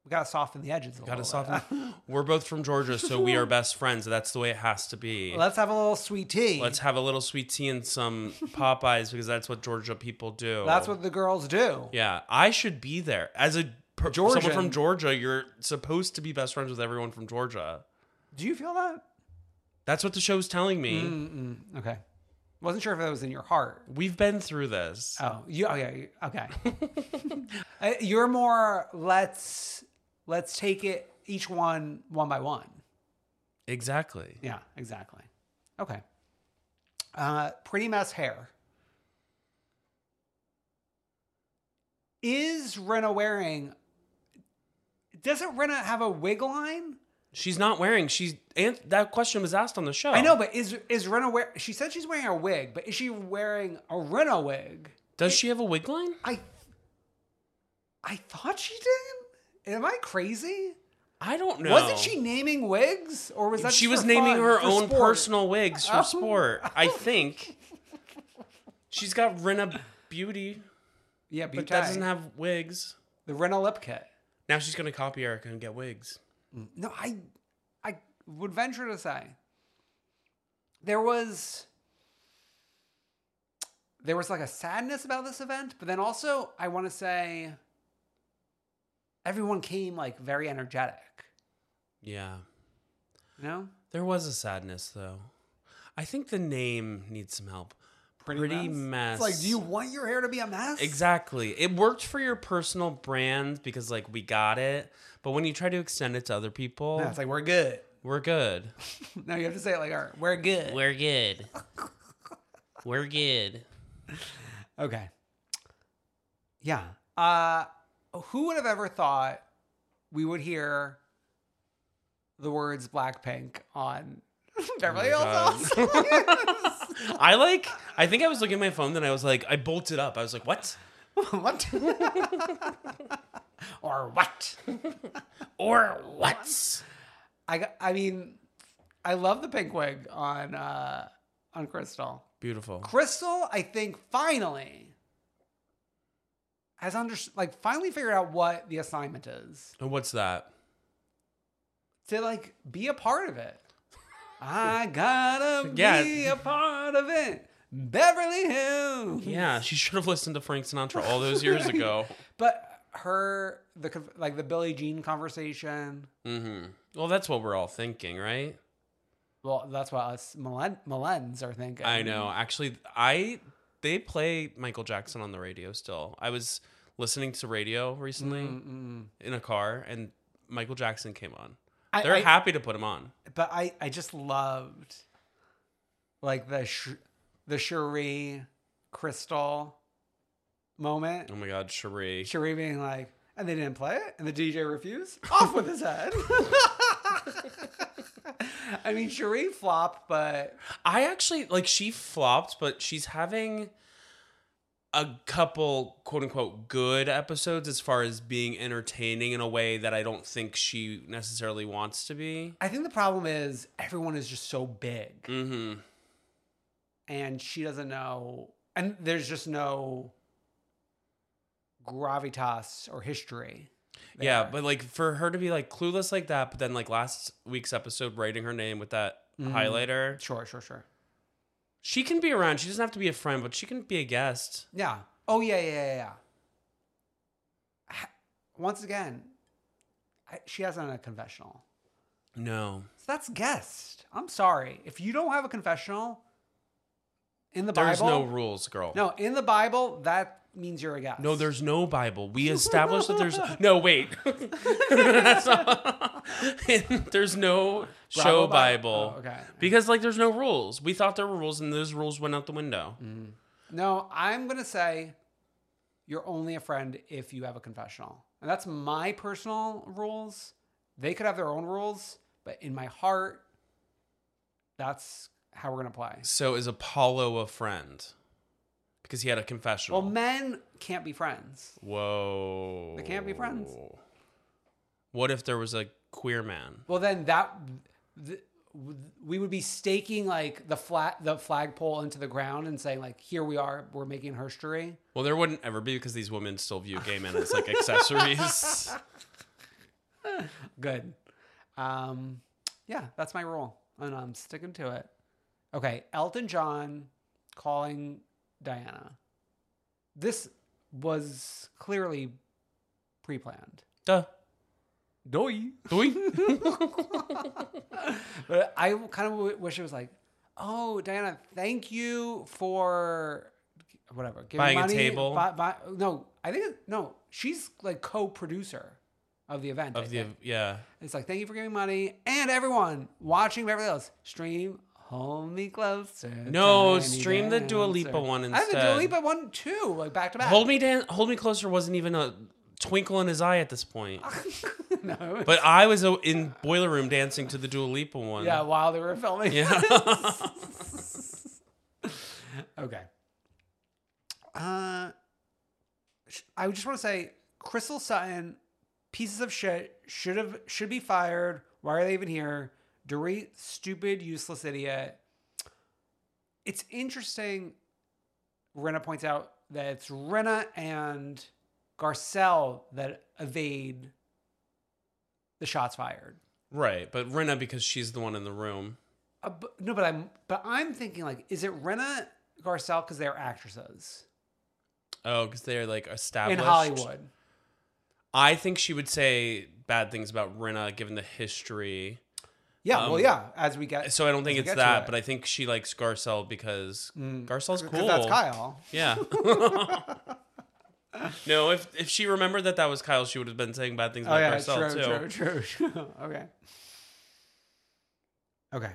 Speaker 3: we got to soften the edges a
Speaker 2: Got to
Speaker 3: little bit."
Speaker 2: soften. We're both from Georgia, so we are best friends. That's the way it has to be.
Speaker 3: Let's have a little sweet tea.
Speaker 2: Let's have a little sweet tea and some Popeyes because that's what Georgia people do.
Speaker 3: That's what the girls do.
Speaker 2: Yeah, I should be there as a per- someone from
Speaker 3: Georgian.
Speaker 2: Georgia. You're supposed to be best friends with everyone from Georgia.
Speaker 3: Do you feel that?
Speaker 2: That's what the show's telling me.
Speaker 3: Hmm. Mm-mm. Okay. Wasn't sure if that was in your heart.
Speaker 2: We've been through this.
Speaker 3: Oh, you okay? Okay. Uh, You're more let's let's take it each one one by one.
Speaker 2: Exactly.
Speaker 3: Yeah, exactly. Okay. Uh, pretty mess hair. Is Rena wearing? Doesn't Rena have a wig line?
Speaker 2: She's not wearing. She's and that question was asked on the show.
Speaker 3: I know, but is is Rena wear? She said she's wearing a wig, but is she wearing a Rena wig?
Speaker 2: Does she have a wig line?
Speaker 3: I I thought she did. Am I crazy?
Speaker 2: I don't know.
Speaker 3: Wasn't she naming wigs, or was that
Speaker 2: she
Speaker 3: just
Speaker 2: was
Speaker 3: for
Speaker 2: naming
Speaker 3: fun,
Speaker 2: her
Speaker 3: for
Speaker 2: own
Speaker 3: sport?
Speaker 2: personal wigs for
Speaker 3: Oh.
Speaker 2: sport. I think she's got Rena Beauty,
Speaker 3: Yeah,
Speaker 2: but that doesn't have wigs.
Speaker 3: the rental lip kit.
Speaker 2: Now she's gonna copy Erica and get wigs.
Speaker 3: No, I I would venture to say there was there was like a sadness about this event, but then also I want to say everyone came like very energetic.
Speaker 2: Yeah,
Speaker 3: You know,
Speaker 2: there was a sadness though. I think the name needs some help. Pretty, mess.
Speaker 3: It's like, do you want your hair to be a mess?
Speaker 2: Exactly. It worked for your personal brand because like we got it, but when you try to extend it to other people,
Speaker 3: No, it's like we're good.
Speaker 2: we're good.
Speaker 3: No, you have to say it like, all right, we're good.
Speaker 2: We're good. We're good.
Speaker 3: Okay. Yeah. Uh who would have ever thought we would hear the words Blackpink on Beverly Hills House?
Speaker 2: I like. I think I was looking at my phone, then I was like, I bolted up. I was like, what?
Speaker 3: what? or what?
Speaker 2: Or what?
Speaker 3: I got- I mean, I love the pink wig on uh on Crystal.
Speaker 2: Beautiful.
Speaker 3: Crystal, I think finally has under like finally figured out what the assignment is.
Speaker 2: And what's that?
Speaker 3: to like be a part of it. I gotta
Speaker 2: Yeah.
Speaker 3: be a part of it. Beverly Hills.
Speaker 2: Yeah, she should have listened to Frank Sinatra all those years ago.
Speaker 3: But her the con- like the Billie Jean conversation.
Speaker 2: hmm Well, that's what we're all thinking, right?
Speaker 3: Well, that's what us millen- millennials are thinking.
Speaker 2: I know. Actually, I they play Michael Jackson on the radio still. I was listening to radio recently
Speaker 3: Mm,
Speaker 2: in a car, and Michael Jackson came on.
Speaker 3: I-
Speaker 2: They're
Speaker 3: I-
Speaker 2: happy to put him on.
Speaker 3: But I I just loved like the sh- the Cherie Crystal moment.
Speaker 2: Oh my God, Cherie.
Speaker 3: Cherie being like, and they didn't play it, and the DJ refused. Off with his head. I mean, Cherie flopped, but
Speaker 2: I actually like she flopped, but she's having a couple quote unquote good episodes as far as being entertaining in a way that I don't think she necessarily wants to be.
Speaker 3: I think the problem is everyone is just so big,
Speaker 2: Mm-hmm.
Speaker 3: and she doesn't know, and there's just no gravitas or history.
Speaker 2: Yeah,
Speaker 3: there.
Speaker 2: but like for her to be like clueless like that, but then like last week's episode writing her name with that
Speaker 3: Mm-hmm.
Speaker 2: highlighter.
Speaker 3: sure, sure, sure.
Speaker 2: She can be around. She doesn't have to be a friend, but she can be a guest.
Speaker 3: Yeah. Oh yeah, yeah, yeah. yeah. Ha- Once again, I, she hasn't had a confessional.
Speaker 2: No.
Speaker 3: So that's guest. I'm sorry. If you don't have a confessional in the
Speaker 2: There's no
Speaker 3: Bible,
Speaker 2: rules, girl.
Speaker 3: no, in the Bible, that means you're a guest.
Speaker 2: No, there's no Bible. We established that there's no wait. That's not- there's no show
Speaker 3: Bi-
Speaker 2: Bible.
Speaker 3: Oh, okay.
Speaker 2: Because like there's no rules. We thought there were rules and those rules went out the window.
Speaker 3: Mm. no. I'm gonna say you're only a friend if you have a confessional, and that's my personal rules. They could have their own rules, but in my heart, that's how we're gonna play.
Speaker 2: So is Apollo a friend? Because he had a confessional.
Speaker 3: Well, men can't be friends.
Speaker 2: Whoa.
Speaker 3: They can't be friends.
Speaker 2: What if there was a queer man?
Speaker 3: Well, then that th- we would be staking like the flat the flagpole into the ground and saying like, "Here we are. We're making history."
Speaker 2: Well, there wouldn't ever be because these women still view gay men as like accessories.
Speaker 3: Good. Um, yeah, that's my rule, and I'm sticking to it. Okay, Elton John calling Diana. This was clearly pre-planned.
Speaker 2: Duh.
Speaker 3: Doi. But I kind of w- wish it was like, oh, Diana, thank you for whatever giving
Speaker 2: Buying a
Speaker 3: money,
Speaker 2: table.
Speaker 3: buy- buy- no, I think it, no, she's like co-producer of the event. I
Speaker 2: Of the
Speaker 3: think.
Speaker 2: yeah.
Speaker 3: it's like thank you for giving money and everyone watching Beverly Hills stream. Hold me closer.
Speaker 2: No,
Speaker 3: tiny
Speaker 2: stream the Dua
Speaker 3: dancer."
Speaker 2: Lipa one
Speaker 3: I have the Dua
Speaker 2: instead.
Speaker 3: Lipa one too, like back to back.
Speaker 2: Hold me down. Hold me closer wasn't even a twinkle in his eye at this point.
Speaker 3: no.
Speaker 2: But I was uh, in boiler room dancing to the Dua Lipa one.
Speaker 3: yeah, while they were filming.
Speaker 2: Yeah.
Speaker 3: Okay. Uh, sh- I just want to say, Crystal Sutton, pieces of shit, should have should be fired. Why are they even here? Dorit, stupid, useless idiot. It's interesting. Rena points out that it's Rena and Garcelle that evade the shots fired.
Speaker 2: Right, but Rena because she's the one in the room.
Speaker 3: Uh, but, no, but I'm but I'm thinking like, is it Rena Garcelle because they're actresses
Speaker 2: Oh, because they're like established
Speaker 3: in Hollywood?
Speaker 2: I think she would say bad things about Rena given the history.
Speaker 3: Yeah,
Speaker 2: Um,
Speaker 3: well, yeah. As we get,
Speaker 2: So I don't
Speaker 3: as
Speaker 2: think
Speaker 3: we
Speaker 2: it's
Speaker 3: get to
Speaker 2: that,
Speaker 3: it.
Speaker 2: but I think she likes Garcelle because
Speaker 3: Mm.
Speaker 2: Garcelle's
Speaker 3: 'Cause
Speaker 2: cool.
Speaker 3: That's Kyle.
Speaker 2: Yeah. no, if if she remembered that that was Kyle, she would have been saying bad things
Speaker 3: Oh
Speaker 2: about
Speaker 3: yeah,
Speaker 2: Garcelle
Speaker 3: true,
Speaker 2: too.
Speaker 3: true, true, true. okay. Okay.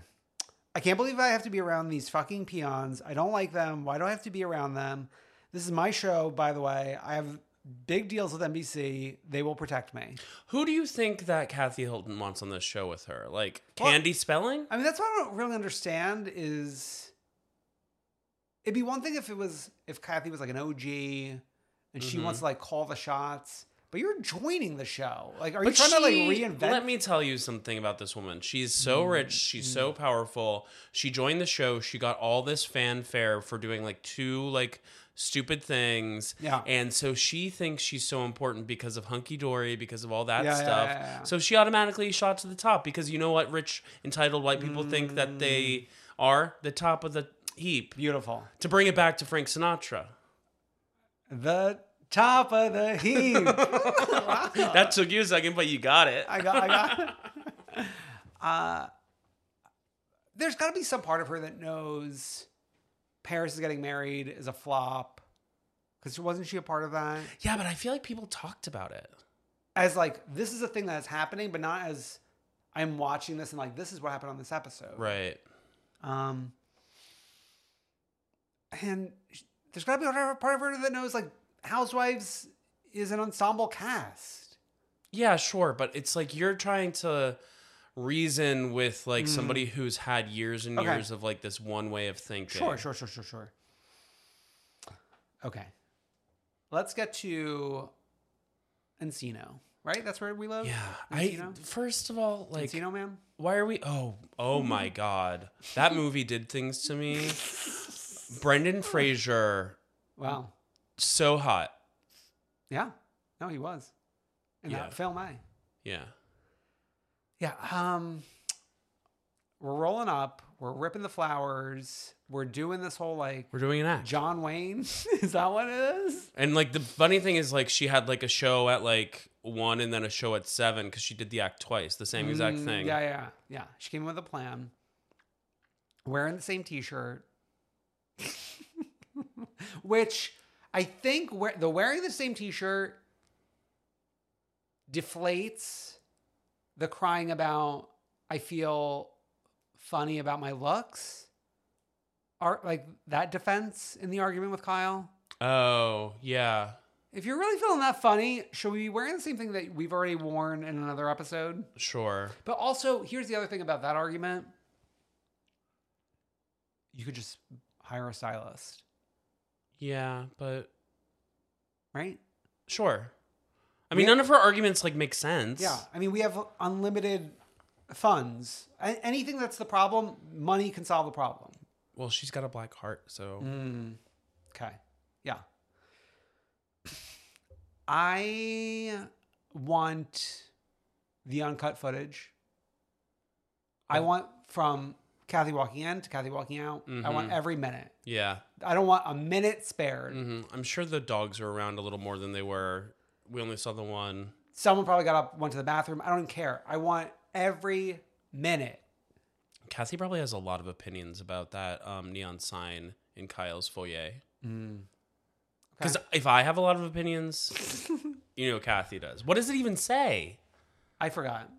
Speaker 3: I can't believe I have to be around these fucking peons. I don't like them. Why do I have to be around them? This is my show, by the way. I have big deals with NBC. They will protect me.
Speaker 2: Who do you think that Kathy Hilton wants on this show with her? Like
Speaker 3: Well-
Speaker 2: Candy Spelling?
Speaker 3: I mean, that's what I don't really understand is it'd be one thing if it was if Kathy was like an OG and she wants to like call the shots, but you're joining the show. Like, are you trying to like
Speaker 2: she-
Speaker 3: reinvent? Mm-hmm.
Speaker 2: Let me tell you something about this woman. She's so rich. She's so powerful. She joined the show. She got all this fanfare for doing like two like stupid things.
Speaker 3: Yeah.
Speaker 2: And so she thinks she's so important because of hunky dory, because of all that
Speaker 3: Yeah, yeah,
Speaker 2: stuff.
Speaker 3: yeah, yeah.
Speaker 2: So she automatically shot to the top because you know what rich entitled white people think
Speaker 3: Mm.
Speaker 2: that they are the top of the heap.
Speaker 3: Beautiful.
Speaker 2: To bring it back to Frank Sinatra.
Speaker 3: The top of the heap. Wow.
Speaker 2: That took you a second, but you got it.
Speaker 3: I got. I got. Uh, there's got to be some part of her that knows Paris is getting married is a flop. Because wasn't she a part of that?
Speaker 2: yeah, but I feel like people talked about it.
Speaker 3: As like this is a thing that's happening, but not as I'm watching this and like this is what happened on this episode.
Speaker 2: Right.
Speaker 3: Um. And sh- there's got to be a part of her that knows like Housewives is an ensemble cast.
Speaker 2: Yeah, sure, but it's like you're trying to reason with like somebody who's had years and
Speaker 3: Mm. Okay.
Speaker 2: years of like this one way of thinking.
Speaker 3: Sure, sure, sure, sure, sure. Okay. Let's get to Encino, right? That's where we live?
Speaker 2: Yeah. I
Speaker 3: Encino?
Speaker 2: first of all, like
Speaker 3: Encino, man?
Speaker 2: why are we Oh, oh
Speaker 3: Mm-hmm.
Speaker 2: my god. That movie did things to me. Brendan Fraser
Speaker 3: Wow.
Speaker 2: so hot.
Speaker 3: Yeah. No, he was. And
Speaker 2: Yeah.
Speaker 3: that film, I.
Speaker 2: Yeah.
Speaker 3: Yeah. Um, we're rolling up. We're ripping the flowers. We're doing this whole like
Speaker 2: We're doing an act.
Speaker 3: John Wayne. is that what it is?
Speaker 2: And like the funny thing is like she had like a show at like 1 and then a show at 7 cuz she did the act twice, the same exact
Speaker 3: Mm,
Speaker 2: thing.
Speaker 3: Yeah, yeah, yeah. She came in with a plan. Wearing the same T-shirt, which I think wear, the wearing the same T-shirt deflates the crying about I feel funny about my looks. Art like that defense in the argument with Kyle.
Speaker 2: Oh, yeah.
Speaker 3: If you're really feeling that funny, should we be wearing the same thing that we've already worn in another episode?
Speaker 2: Sure.
Speaker 3: But also, here's the other thing about that argument. You could just hire a stylist,
Speaker 2: Yeah, but
Speaker 3: right?
Speaker 2: Sure. I mean,
Speaker 3: We-
Speaker 2: none of her arguments like make sense.
Speaker 3: Yeah. I mean, we have unlimited funds. A- anything that's the problem, money can solve the problem.
Speaker 2: Well, she's got a black heart, so
Speaker 3: Mm-hmm. Okay. Yeah. I want the uncut footage. I want from Kathy walking in to Kathy walking out. I want every minute.
Speaker 2: yeah.
Speaker 3: I don't want a minute spared.
Speaker 2: hmm I'm sure the dogs are around a little more than they were. We only saw the one.
Speaker 3: someone probably got up, went to the bathroom. I don't even care. I want every minute.
Speaker 2: Kathy probably has a lot of opinions about that um, neon sign in Kyle's foyer. Because if I have a lot of opinions, you know Kathy does. What does it even say?
Speaker 3: I forgot.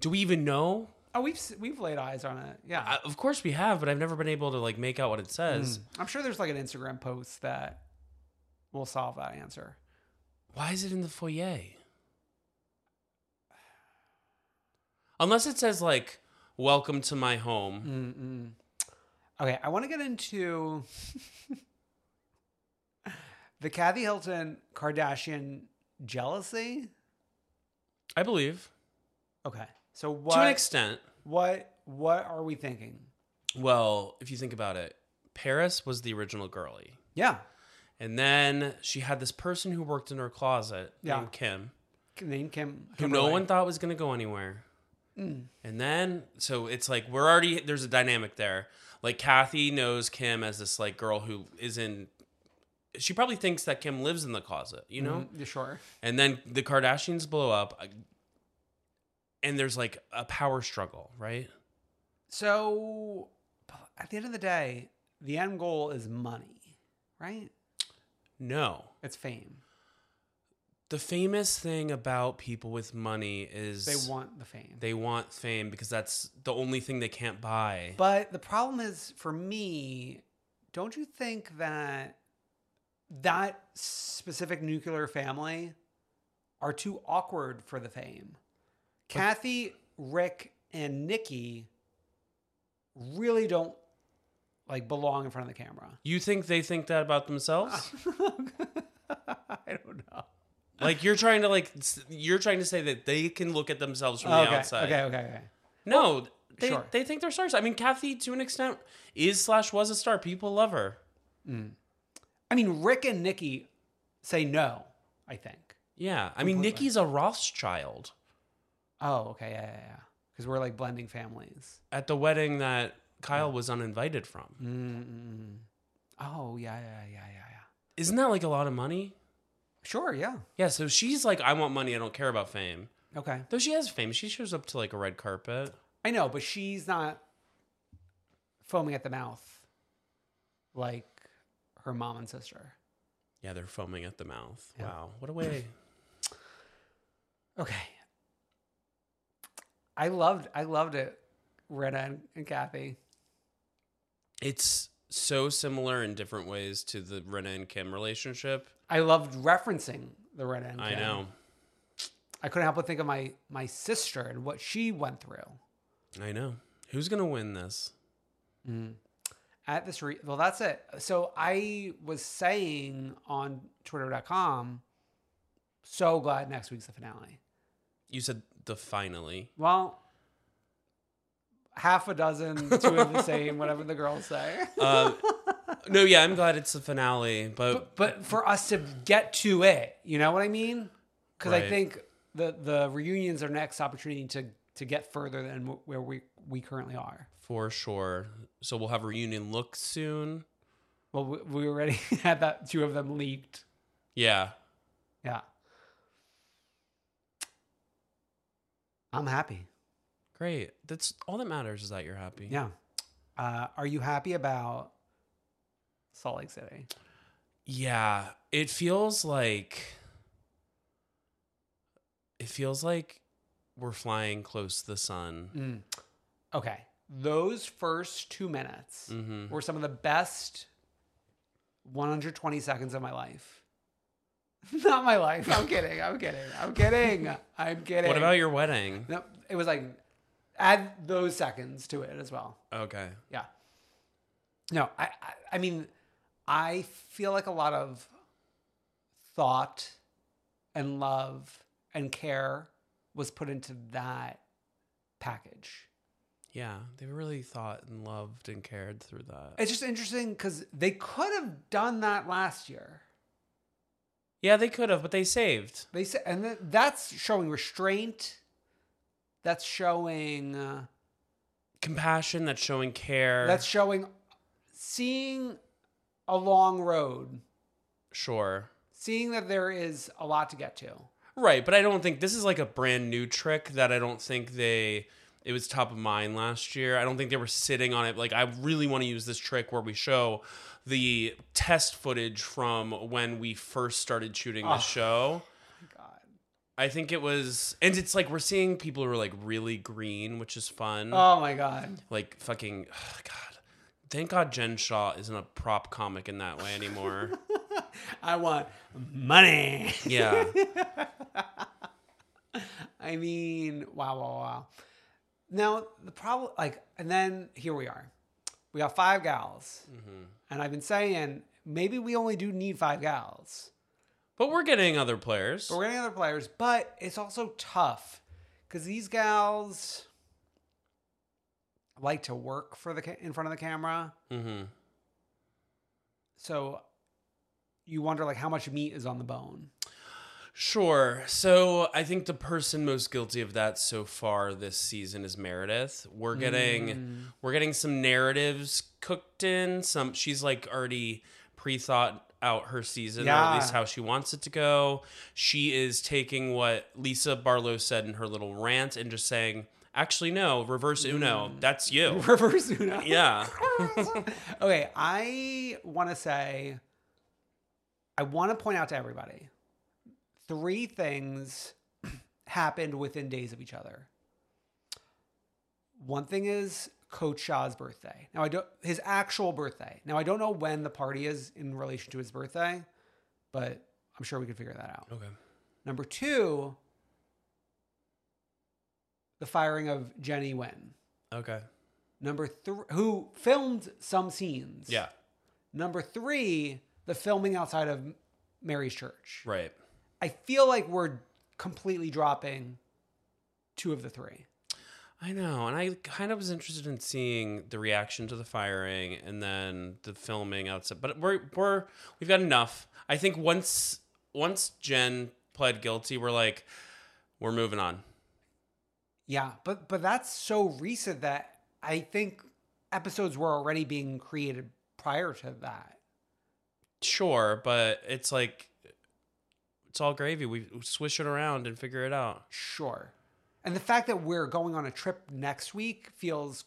Speaker 2: Do we even know?
Speaker 3: Oh, we've s- we've laid eyes on it. Yeah, Mm.
Speaker 2: I, of course we have, but I've never been able to like make out what it says.
Speaker 3: I'm sure there's like an Instagram post that will solve that answer.
Speaker 2: Why is it in the foyer? Unless it says like "Welcome to my
Speaker 3: Hmm.
Speaker 2: home."
Speaker 3: Mm-mm. Okay, I want to get into the Kathy Hilton Kardashian jealousy.
Speaker 2: I believe
Speaker 3: Okay, so what?
Speaker 2: to an extent.
Speaker 3: what? What are we thinking?
Speaker 2: Well, if you think about it, Paris was the original girly.
Speaker 3: Yeah,
Speaker 2: And then she had this person who worked in her closet
Speaker 3: Yeah.
Speaker 2: named Kim,
Speaker 3: name Kim.
Speaker 2: who no
Speaker 3: Kimberly. Hmm.
Speaker 2: one thought was going to go anywhere. And then, so it's like we're already there's a dynamic there. Like Kathy knows Kim as this like girl who is in. She probably thinks that Kim lives in the closet, you know.
Speaker 3: Mhm, sure.
Speaker 2: And then the Kardashians blow up, uh, and there's like a power struggle, right?
Speaker 3: So at the end of the day, the end goal is money, right?
Speaker 2: No,
Speaker 3: It's fame.
Speaker 2: the famous thing about people with money is
Speaker 3: They want the fame.
Speaker 2: they want fame because that's the only thing they can't buy.
Speaker 3: But the problem is for me, don't you think that that specific nuclear family are too awkward for the fame? Kathy, Rick, and Nikki really don't like belong in front of the camera.
Speaker 2: you think they think that about themselves?
Speaker 3: I don't know.
Speaker 2: like you're trying to like s- you're trying to say that they can look at themselves from the
Speaker 3: okay,
Speaker 2: outside.
Speaker 3: okay, okay, okay.
Speaker 2: No, they
Speaker 3: sure.
Speaker 2: they think they're stars. I mean, Kathy to an extent is slash was a star. People love her.
Speaker 3: I mean, Rick and Nikki say no, I think.
Speaker 2: Yeah, I mean,
Speaker 3: Completely.
Speaker 2: Nikki's a Rothschild.
Speaker 3: Oh, okay, yeah, yeah, yeah. Because we're like blending families.
Speaker 2: At the wedding that Kyle was uninvited from, Mm-hmm.
Speaker 3: Mm-mm. Oh, yeah, yeah, yeah, yeah, yeah.
Speaker 2: isn't that like a lot of money?
Speaker 3: Sure, yeah.
Speaker 2: Yeah, so she's like, I want money. I don't care about fame.
Speaker 3: Okay.
Speaker 2: Though she has fame, she shows up to like a red carpet.
Speaker 3: I know, but she's not foaming at the mouth like her mom and sister.
Speaker 2: Yeah, they're foaming at the mouth.
Speaker 3: Yeah.
Speaker 2: Wow, what a way.
Speaker 3: Okay. I loved I loved it, Rena and, and Kathy.
Speaker 2: it's so similar in different ways to the Rena and Kim relationship.
Speaker 3: I loved referencing the Rena and
Speaker 2: I
Speaker 3: Kim.
Speaker 2: know.
Speaker 3: I couldn't help but think of my my sister and what she went through.
Speaker 2: I know. Who's going to win this?
Speaker 3: at this re- well that's it so i was saying on twitter.com so glad next week's the finale
Speaker 2: You said the finally.
Speaker 3: well half a dozen two of the same whatever the girls say
Speaker 2: Uh, no, yeah, I'm glad it's the finale,
Speaker 3: but,
Speaker 2: but,
Speaker 3: but for us to get to it you know what i mean because i
Speaker 2: Right.
Speaker 3: think the the reunions are next opportunity to to get further than wh- where we we currently are
Speaker 2: for sure. So we'll have a reunion look soon.
Speaker 3: well we, we already had that two of them leaked
Speaker 2: Yeah.
Speaker 3: yeah i'm happy
Speaker 2: Great. That's all that matters is that you're happy.
Speaker 3: Yeah. Uh, are you happy about Salt Lake City?
Speaker 2: Yeah, it feels like it feels like we're flying close to the sun.
Speaker 3: Mm. Okay. Those first two minutes
Speaker 2: Mhm.
Speaker 3: were some of the best 120 seconds of my life. Not my life. I'm kidding. I'm kidding. I'm kidding. I'm kidding.
Speaker 2: What about your wedding?
Speaker 3: No, it was like add those seconds to it as well.
Speaker 2: Okay.
Speaker 3: Yeah. No, I, I I mean, I feel like a lot of thought and love and care was put into that package.
Speaker 2: Yeah, they really thought and loved and cared through that.
Speaker 3: It's just interesting because they could have done that last year.
Speaker 2: Yeah, they could have, but they saved.
Speaker 3: They said, and th- that's showing restraint. That's showing. Uh,
Speaker 2: Compassion, that's showing care.
Speaker 3: that's showing seeing a long road,
Speaker 2: sure.
Speaker 3: seeing that there is a lot to get to.
Speaker 2: Right, but I don't think this is like a brand new trick that I don't think they it was top of mind last year. I don't think they were sitting on it like I really want to use this trick where we show the test footage from when we first started shooting the
Speaker 3: Oh.
Speaker 2: show.
Speaker 3: God.
Speaker 2: I think it was and it's like we're seeing people who are like really green, which is fun.
Speaker 3: Oh my god.
Speaker 2: like fucking God. Thank God Jen Shaw isn't a prop comic in that way anymore.
Speaker 3: I want money.
Speaker 2: yeah.
Speaker 3: I mean, wow, wow, wow. Now the problem, like, and then here we are. We got five gals, and I've been saying maybe we only do need five gals.
Speaker 2: But we're getting other players.
Speaker 3: But we're getting other players, but it's also tough because these gals like to work for the ca- in front of the camera.
Speaker 2: mm-hmm.
Speaker 3: So you wonder like how much meat is on the bone.
Speaker 2: Sure. So I think the person most guilty of that so far this season is Meredith. We're getting
Speaker 3: Mm.
Speaker 2: we're getting some narratives cooked in. Some she's like already pre thought out her season, or at
Speaker 3: Yeah.
Speaker 2: least how she wants it to go. She is taking what Lisa Barlow said in her little rant and just saying, actually no, reverse Uno. That's you.
Speaker 3: Mm. Reverse Uno.
Speaker 2: yeah.
Speaker 3: okay, I want to say, I want to point out to everybody three things happened within days of each other. One thing is Coach Shaw's birthday. Now, I don't, his actual birthday. Now, I don't know when the party is in relation to his birthday, but I'm sure we can figure that out.
Speaker 2: Okay.
Speaker 3: Number two, the firing of Jenny Wen.
Speaker 2: Okay.
Speaker 3: Number three, who filmed some scenes.
Speaker 2: Yeah.
Speaker 3: Number three, the filming outside of Mary's church.
Speaker 2: Right.
Speaker 3: I feel like we're completely dropping two of the three.
Speaker 2: I know, and I kind of was interested in seeing the reaction to the firing and then the filming outside. But we're we're we've got enough. I think once once Jen pled guilty, we're like we're moving on.
Speaker 3: Yeah, but but that's so recent that I think episodes were already being created prior to that.
Speaker 2: Sure, but it's like it's all gravy. We swish it around and figure it out.
Speaker 3: Sure. And the fact that we're going on a trip next week feels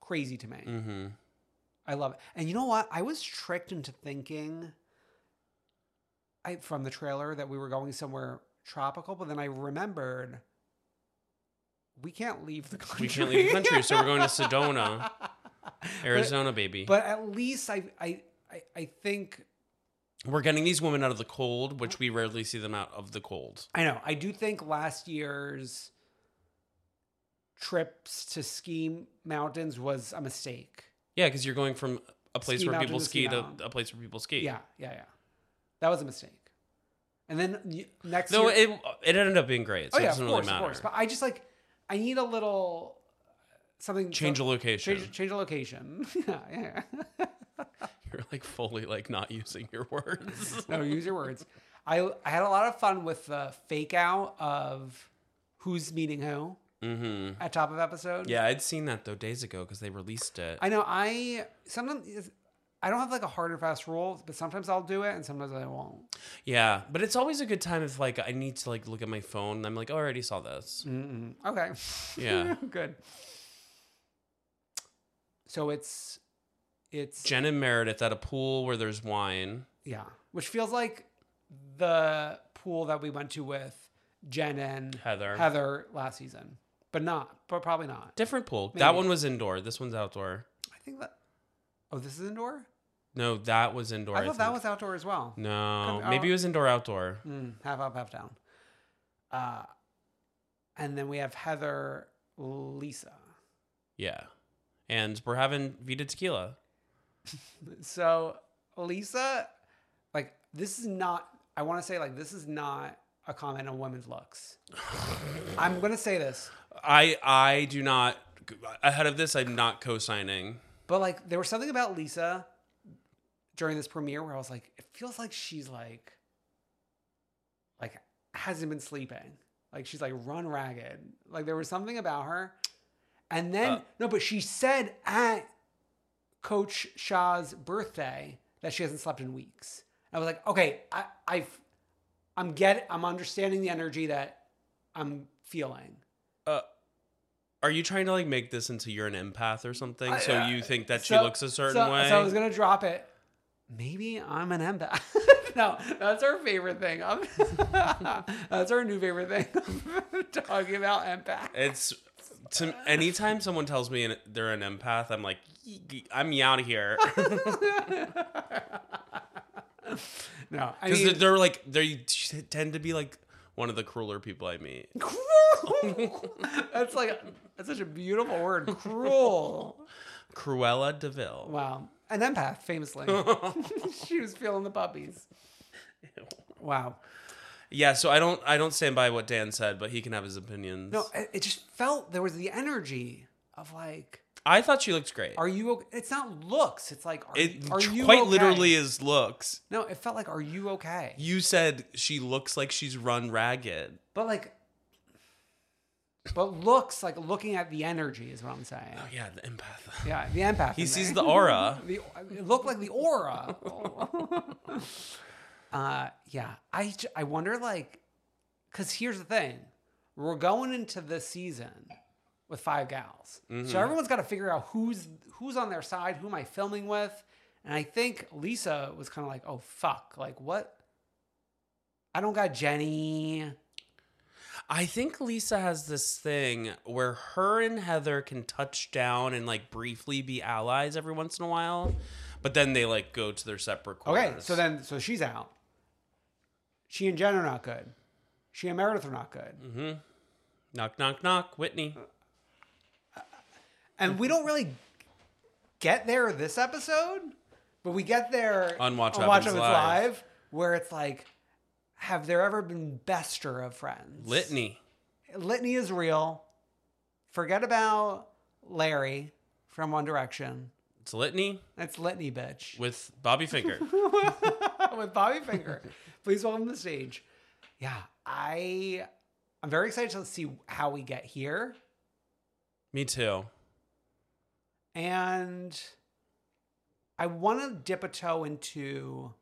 Speaker 3: crazy to me.
Speaker 2: Mm-hmm.
Speaker 3: I love it. And you know what? I was tricked into thinking I from the trailer that we were going somewhere tropical, but then I remembered we can't leave the country.
Speaker 2: We can't leave the country, so we're going to Sedona,
Speaker 3: But-
Speaker 2: Arizona, baby.
Speaker 3: But, at least I, I I I think
Speaker 2: we're getting these women out of the cold, which we rarely see them out of the cold.
Speaker 3: I know. I do think last year's trips to ski mountains was a mistake.
Speaker 2: Yeah, because you're going from a place
Speaker 3: Ski
Speaker 2: where
Speaker 3: mountain
Speaker 2: people
Speaker 3: to ski
Speaker 2: ski to
Speaker 3: mountain.
Speaker 2: a place where people ski.
Speaker 3: Yeah, yeah, yeah. That was a mistake. And then y- next
Speaker 2: Though
Speaker 3: year,
Speaker 2: it it ended up being great,
Speaker 3: Oh,
Speaker 2: so it doesn't really matter.
Speaker 3: But I just like I need a little uh, something
Speaker 2: Change a location.
Speaker 3: Change, change a location. yeah, yeah.
Speaker 2: You're like fully like not using your words.
Speaker 3: no, use your words. I I had a lot of fun with the fake out of who's meeting who
Speaker 2: mm-hmm.
Speaker 3: at top of episode.
Speaker 2: Yeah, I'd seen that though days ago because they released it.
Speaker 3: I know. I sometimes I don't have like a hard and fast rule, but sometimes I'll do it and sometimes I won't.
Speaker 2: yeah, but it's always a good time if like I need to like look at my phone and I'm like, oh, I already saw this.
Speaker 3: Mm-mm. Okay.
Speaker 2: Yeah.
Speaker 3: Good. So it's it's
Speaker 2: Jen and Meredith at a pool where there's wine.
Speaker 3: Yeah. Which feels like the pool that we went to with Jen and
Speaker 2: Heather.
Speaker 3: Heather last season. But not, but probably not.
Speaker 2: Different pool. That
Speaker 3: Maybe.
Speaker 2: one was indoor. This one's outdoor.
Speaker 3: I think that. Oh, this is indoor?
Speaker 2: No, that was indoor.
Speaker 3: I thought that
Speaker 2: think.
Speaker 3: was outdoor as well.
Speaker 2: No,
Speaker 3: Could- oh.
Speaker 2: maybe it was indoor outdoor.
Speaker 3: Mm, half up, half down. Uh, and then we have Heather, Lisa.
Speaker 2: Yeah, and we're having Vita tequila.
Speaker 3: So Lisa, like, this is not, I want to say, like, this is not a comment on women's looks. I'm going to say this.
Speaker 2: I I do not ahead of this. I'm not co-signing.
Speaker 3: But like there was something about Lisa during this premiere where I was like, it feels like she's like like hasn't been sleeping. Like she's like run ragged. Like there was something about her. And then
Speaker 2: Uh.
Speaker 3: no, but she said at Coach Shaw's birthday that she hasn't slept in weeks. I was like, okay, I I've I'm get I'm understanding the energy that I'm feeling.
Speaker 2: Uh, are you trying to like make this into you're an empath or something? so
Speaker 3: I- uh,
Speaker 2: you think that she
Speaker 3: so-
Speaker 2: looks a certain
Speaker 3: so-
Speaker 2: way?
Speaker 3: So I was gonna drop it. Maybe I'm an empath. no, that's our favorite thing. I'm- that's our new favorite thing. Talking about empath.
Speaker 2: it's to anytime someone tells me an, they're an empath, I'm like, "Ye- ye- I'm out of here because
Speaker 3: No, I mean,
Speaker 2: they're like they t- tend to be like one of the crueler people I meet.
Speaker 3: that's like that's such a beautiful word. Cruel.
Speaker 2: Cruella Deville.
Speaker 3: Wow. an empath, famously. she was feeling the puppies. Wow.
Speaker 2: Yeah, so I don't I don't stand by what Dan said, but he can have his opinions.
Speaker 3: No, it, it just felt there was the energy of like,
Speaker 2: I thought she looked great.
Speaker 3: are you? Okay? It's not looks. It's like, are,
Speaker 2: it
Speaker 3: are you
Speaker 2: quite
Speaker 3: okay?
Speaker 2: literally is looks.
Speaker 3: No, it felt like, are you okay?
Speaker 2: You said she looks like she's run ragged.
Speaker 3: But like, but looks like looking at the energy is what I'm saying.
Speaker 2: Oh yeah, the empath.
Speaker 3: Yeah, the empath.
Speaker 2: He
Speaker 3: in
Speaker 2: sees
Speaker 3: there.
Speaker 2: the aura.
Speaker 3: The, it looked like the aura. uh, yeah, I j- I wonder like, cause here's the thing, we're going into this season with five gals, so everyone's got to figure out who's who's on their side, who am I filming with, and I think Lisa was kind of like, oh fuck, like what? I don't got Jenny.
Speaker 2: I think Lisa has this thing where her and Heather can touch down and like briefly be allies every once in a while, but then they like go to their separate quarters.
Speaker 3: Okay, so then so she's out. She and Jen are not good. She and Meredith are not good.
Speaker 2: knock knock knock, Whitney.
Speaker 3: and we don't really get there this episode, but we get there
Speaker 2: On Watch What Happens Live.
Speaker 3: Live. where it's like, have there ever been bester of friends?
Speaker 2: Litany.
Speaker 3: Litany is real. Forget about Larry from One Direction.
Speaker 2: It's Litany
Speaker 3: That's Litany, bitch.
Speaker 2: with Bobby Finger.
Speaker 3: With Bobby Finger. Please welcome to the stage. Yeah, I, I'm very excited to see how we get here.
Speaker 2: Me too.
Speaker 3: And I want to dip a toe into.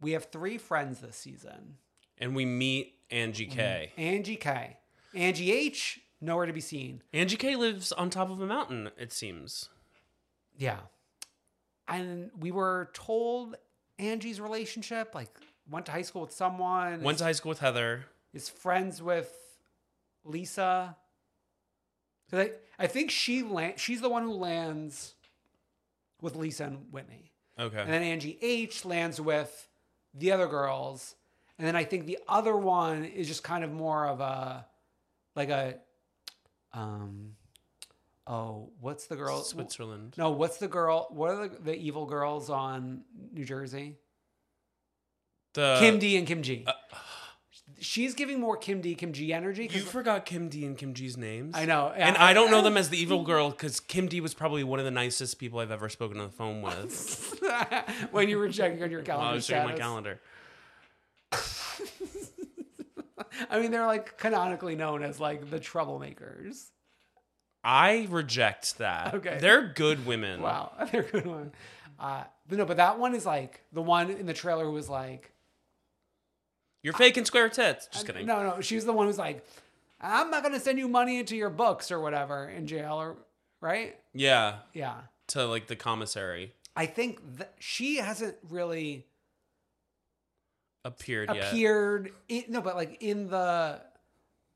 Speaker 3: We have three friends this season
Speaker 2: And we meet Angie K.
Speaker 3: Angie K, Angie H, nowhere to be seen.
Speaker 2: Angie K lives on top of a mountain, it seems.
Speaker 3: Yeah. And we were told Angie's relationship, like, went to high school with someone,
Speaker 2: Went to
Speaker 3: is,
Speaker 2: high school with Heather.
Speaker 3: is friends with Lisa. 'Cause I, I think she land, she's the one who lands with Lisa and Whitney.
Speaker 2: Okay.
Speaker 3: And then Angie H lands with the other girls. And then I think the other one is just kind of more of a like a um oh, what's the girl
Speaker 2: Switzerland.
Speaker 3: No, what's the girl? What are the, the evil girls on New Jersey?
Speaker 2: The,
Speaker 3: Kim D and Kim
Speaker 2: uh,
Speaker 3: G. She's giving more Kim D, Kim G energy. 'cause
Speaker 2: You forgot Kim D and Kim G's names.
Speaker 3: I know.
Speaker 2: And I don't know them as the evil girl because Kim D was probably one of the nicest people I've ever spoken on the phone with.
Speaker 3: when you were checking on your
Speaker 2: while
Speaker 3: calendar.
Speaker 2: I was checking my
Speaker 3: status.
Speaker 2: calendar.
Speaker 3: I mean, they're like canonically known as like the troublemakers.
Speaker 2: I reject that.
Speaker 3: Okay.
Speaker 2: They're good women.
Speaker 3: Wow, they're a good one. Uh, but no, but that one is like the one in the trailer was like,
Speaker 2: You're faking square tits. Just kidding.
Speaker 3: no, no, she's the one who's like, I'm not gonna send you money into your books or whatever in jail or right?
Speaker 2: Yeah.
Speaker 3: Yeah,
Speaker 2: To like the commissary
Speaker 3: I think that she hasn't really
Speaker 2: appeared yet.
Speaker 3: appeared. In, no, but like in the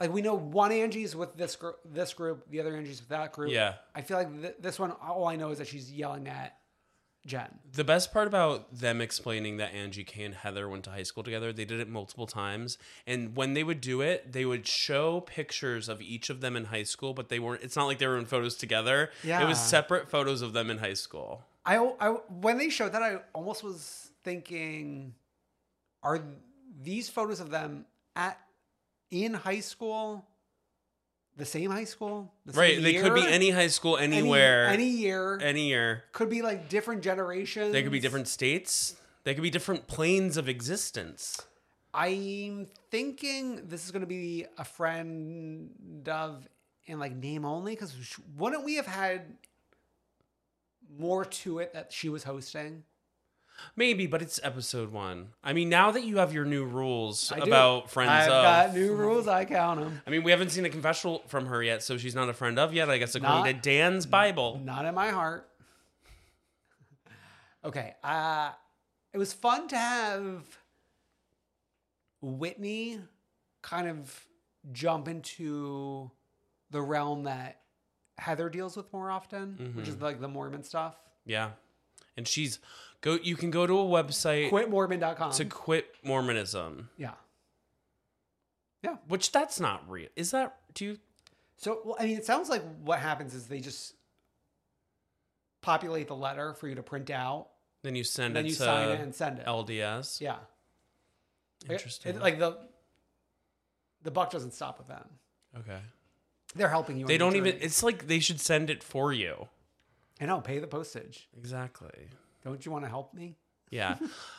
Speaker 3: like we know one Angie's with this group, this group, the other Angie's with that group.
Speaker 2: Yeah.
Speaker 3: I feel like th- this one. All I know is that she's yelling at Jen.
Speaker 2: The best part about them explaining that Angie K and Heather went to high school together, they did it multiple times. And when they would do it, they would show pictures of each of them in high school, but they weren't, it's not like they were in photos together. It
Speaker 3: Yeah.
Speaker 2: was separate photos of them in high school.
Speaker 3: I, I when they showed that, I almost was thinking, are these photos of them at in high school, the same high school, the same
Speaker 2: right. They could be
Speaker 3: year?
Speaker 2: any high school,
Speaker 3: Any-
Speaker 2: anywhere,
Speaker 3: any,
Speaker 2: any,
Speaker 3: year.
Speaker 2: year.
Speaker 3: could be like different generations.
Speaker 2: They could be different states, they could be different planes of existence.
Speaker 3: I'm thinking this is going to be a friend of and like name only because wouldn't we have had more to it that she was hosting?
Speaker 2: Maybe, but it's episode one. I mean, now that you have your new rules
Speaker 3: I do.
Speaker 2: about friends
Speaker 3: I've got
Speaker 2: of-
Speaker 3: new rules. I count them.
Speaker 2: I mean, we haven't seen a confessional from her yet, so she's not a friend of yet, I guess,
Speaker 3: Not-
Speaker 2: according to Dan's Bible.
Speaker 3: Not in my heart. Okay. Uh, it was fun to have Whitney kind of jump into the realm that Heather deals with more often, which
Speaker 2: Mm-hmm.
Speaker 3: is like the Mormon stuff.
Speaker 2: Yeah. And she's go you can go to a website
Speaker 3: QuitMormon.com.
Speaker 2: to quit Mormonism.
Speaker 3: yeah.
Speaker 2: Which that's not real. Is that do you
Speaker 3: So, well, I mean, it sounds like what happens is they just populate the letter for you to print out.
Speaker 2: Then you send
Speaker 3: Then
Speaker 2: it
Speaker 3: you
Speaker 2: to
Speaker 3: sign it and send it.
Speaker 2: LDS.
Speaker 3: Yeah. It-
Speaker 2: Interesting.
Speaker 3: it- like the the buck doesn't stop with them.
Speaker 2: okay.
Speaker 3: They're helping you. on
Speaker 2: They
Speaker 3: your
Speaker 2: don't even.
Speaker 3: journey.
Speaker 2: It's like they should send it for you.
Speaker 3: I know. Pay the postage.
Speaker 2: Exactly.
Speaker 3: Don't you want to help me?
Speaker 2: Yeah.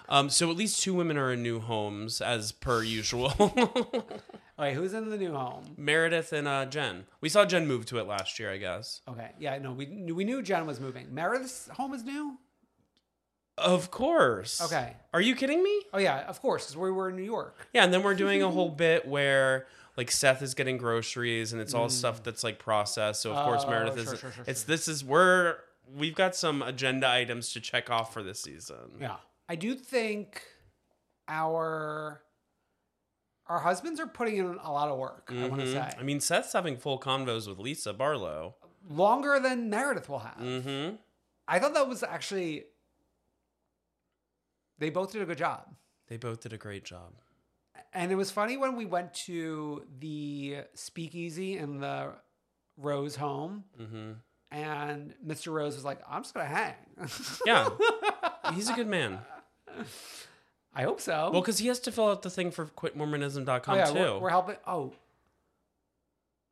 Speaker 2: um. So at least two women are in new homes, as per usual.
Speaker 3: Okay. Who's in the new home?
Speaker 2: Meredith and uh, Jen. We saw Jen move to it last year, I guess.
Speaker 3: Okay. Yeah. No. We knew- we knew Jen was moving. Meredith's home is new.
Speaker 2: Of course.
Speaker 3: Okay.
Speaker 2: Are you kidding me?
Speaker 3: Oh yeah. Of course, because we were in New York.
Speaker 2: Yeah, and then we're doing a whole bit where like Seth is getting groceries and it's all stuff that's like processed. So of course
Speaker 3: Mm. Oh,
Speaker 2: Meredith
Speaker 3: sure,
Speaker 2: is
Speaker 3: sure, sure,
Speaker 2: it's this is we're we've got some agenda items to check off for this season.
Speaker 3: Yeah. I do think our our husbands are putting in a lot of work, I want to
Speaker 2: Mhm.
Speaker 3: say. Oh,
Speaker 2: I mean Seth's having full convos with Lisa Barlow.
Speaker 3: Longer than Meredith will have.
Speaker 2: Mm-hmm.
Speaker 3: I thought that was actually they both did a good job.
Speaker 2: They both did a great job.
Speaker 3: And it was funny when we went to the speakeasy in the Rose home
Speaker 2: Mm-hmm.
Speaker 3: and Mr. Rose was like, I'm just gonna hang.
Speaker 2: Yeah. He's a good man.
Speaker 3: I hope so.
Speaker 2: Well, because he has to fill out the thing for quitmormonism.com
Speaker 3: Oh, yeah,
Speaker 2: too.
Speaker 3: We're, we're helping. Oh,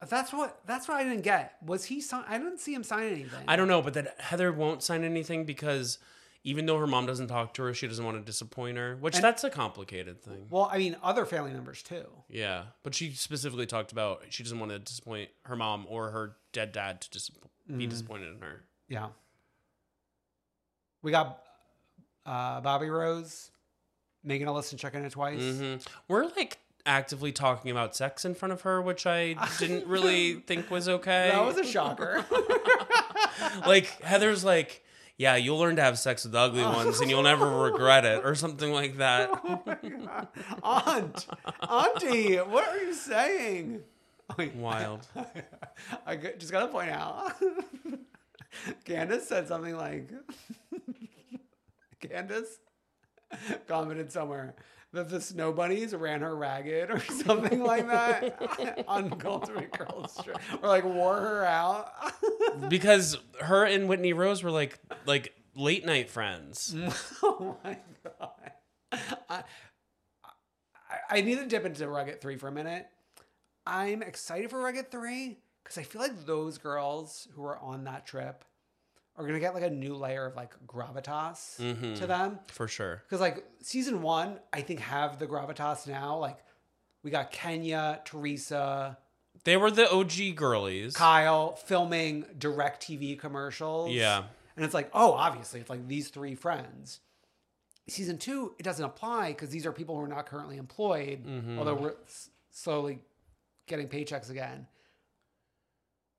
Speaker 3: that's what that's what I didn't get. Was he sign? I didn't see him sign anything.
Speaker 2: I don't know, but that Heather won't sign anything because even though her mom doesn't talk to her, she doesn't want to disappoint her, which
Speaker 3: And-
Speaker 2: that's a complicated thing.
Speaker 3: Well, I mean, other family members too.
Speaker 2: Yeah, but she specifically talked about she doesn't want to disappoint her mom or her dead dad to dis-
Speaker 3: Mm.
Speaker 2: be disappointed in her.
Speaker 3: Yeah. We got uh, Bobby Rose making a list and checking it twice.
Speaker 2: Mhm. We're like actively talking about sex in front of her, which I didn't really think was okay.
Speaker 3: That was a shocker.
Speaker 2: like Heather's like, yeah, you'll learn to have sex with the ugly ones and you'll never regret it or something like that.
Speaker 3: Aunt, Auntie, what are you saying? Wait,
Speaker 2: Wild.
Speaker 3: I g- just gotta point out, Candace said something like, Candace commented somewhere that the snow bunnies ran her ragged or something like that on Cultivate Girls Trip, or like wore her out.
Speaker 2: because her and Whitney Rose were like like late night friends.
Speaker 3: oh my god! I, I, I need to dip into Rugged Three for a minute. I'm excited for Rugged Three because I feel like those girls who are on that trip are gonna get like a new layer of like gravitas
Speaker 2: Mhm.
Speaker 3: to them.
Speaker 2: For sure.
Speaker 3: Because like season one, I think have the gravitas now. Like we got Kenya, Teresa,
Speaker 2: They were the OG girlies.
Speaker 3: Kyle filming direct TV commercials.
Speaker 2: Yeah.
Speaker 3: And it's like, oh, obviously, it's like these three friends. Season two, it doesn't apply because these are people who are not currently employed,
Speaker 2: Mm-hmm.
Speaker 3: although we're s- slowly getting paychecks again.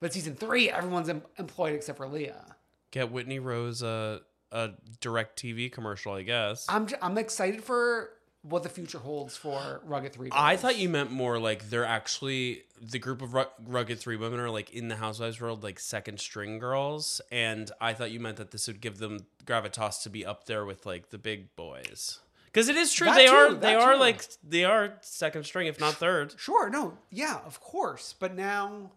Speaker 3: But season three, everyone's em- employed except for Leah.
Speaker 2: Get Whitney Rose a a direct TV commercial, I guess. i
Speaker 3: I'm j- I'm excited for what the future holds for Rugged Three. Girls.
Speaker 2: thought you meant more like they're actually the group of ru- rugged three women are like in the housewives world like second string girls, and I thought you meant that this would give them gravitas to be up there with like the big boys. Because it is true
Speaker 3: That
Speaker 2: they
Speaker 3: too,
Speaker 2: are
Speaker 3: that
Speaker 2: they are
Speaker 3: too.
Speaker 2: like they are second string if not third.
Speaker 3: Sure, no, yeah, of course. But now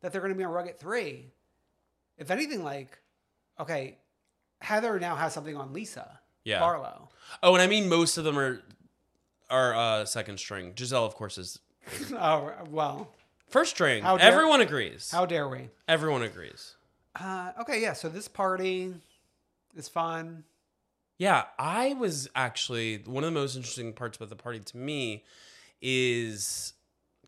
Speaker 3: that they're going to be on Rugged Three, if anything, like, okay, Heather now has something on Lisa
Speaker 2: Yeah.
Speaker 3: Barlow.
Speaker 2: Oh, and I mean most of them are are uh, second string. Giselle, of course, is
Speaker 3: oh well,
Speaker 2: first string.
Speaker 3: How dare-
Speaker 2: Everyone agrees.
Speaker 3: how dare we?
Speaker 2: Everyone agrees.
Speaker 3: Uh, okay, yeah. So this party is fun.
Speaker 2: Yeah, I was actually one of the most interesting parts about the party to me is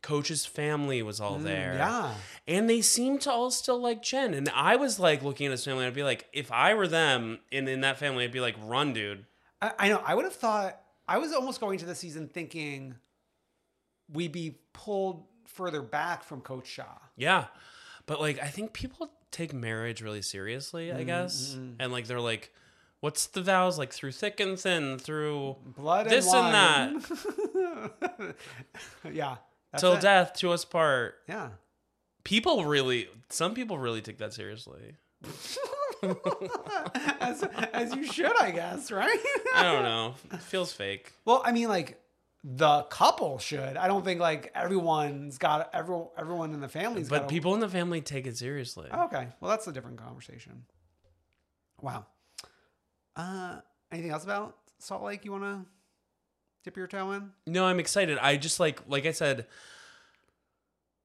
Speaker 2: Coach's family was all there.
Speaker 3: Mm, Yeah,
Speaker 2: And they seemed to all still like Jen. And I was like looking at his family, I'd be like, if I were them and in that family, I'd be like, run, dude.
Speaker 3: I, I know. I would have thought. I was almost going to the season thinking we'd be pulled further back from Coach Shaw.
Speaker 2: Yeah. But like I think people take marriage really seriously,
Speaker 3: Mm-hmm,
Speaker 2: I guess. And like they're like, what's the vows? Like through thick and thin, through
Speaker 3: Blood
Speaker 2: This and
Speaker 3: and that. yeah. that's
Speaker 2: till
Speaker 3: it.
Speaker 2: death to us part.
Speaker 3: Yeah.
Speaker 2: People really some people really take that seriously.
Speaker 3: as, as you should, I guess, right?
Speaker 2: I don't know. It feels fake.
Speaker 3: well, I mean, like the couple should. I don't think like everyone's got everyone. Everyone in the family's.
Speaker 2: But
Speaker 3: got a-
Speaker 2: people in the family take it seriously.
Speaker 3: Oh, okay, well, that's a different conversation. Wow. Uh, anything else about Salt Lake you want to dip your toe in?
Speaker 2: No, I'm excited. I just like like I said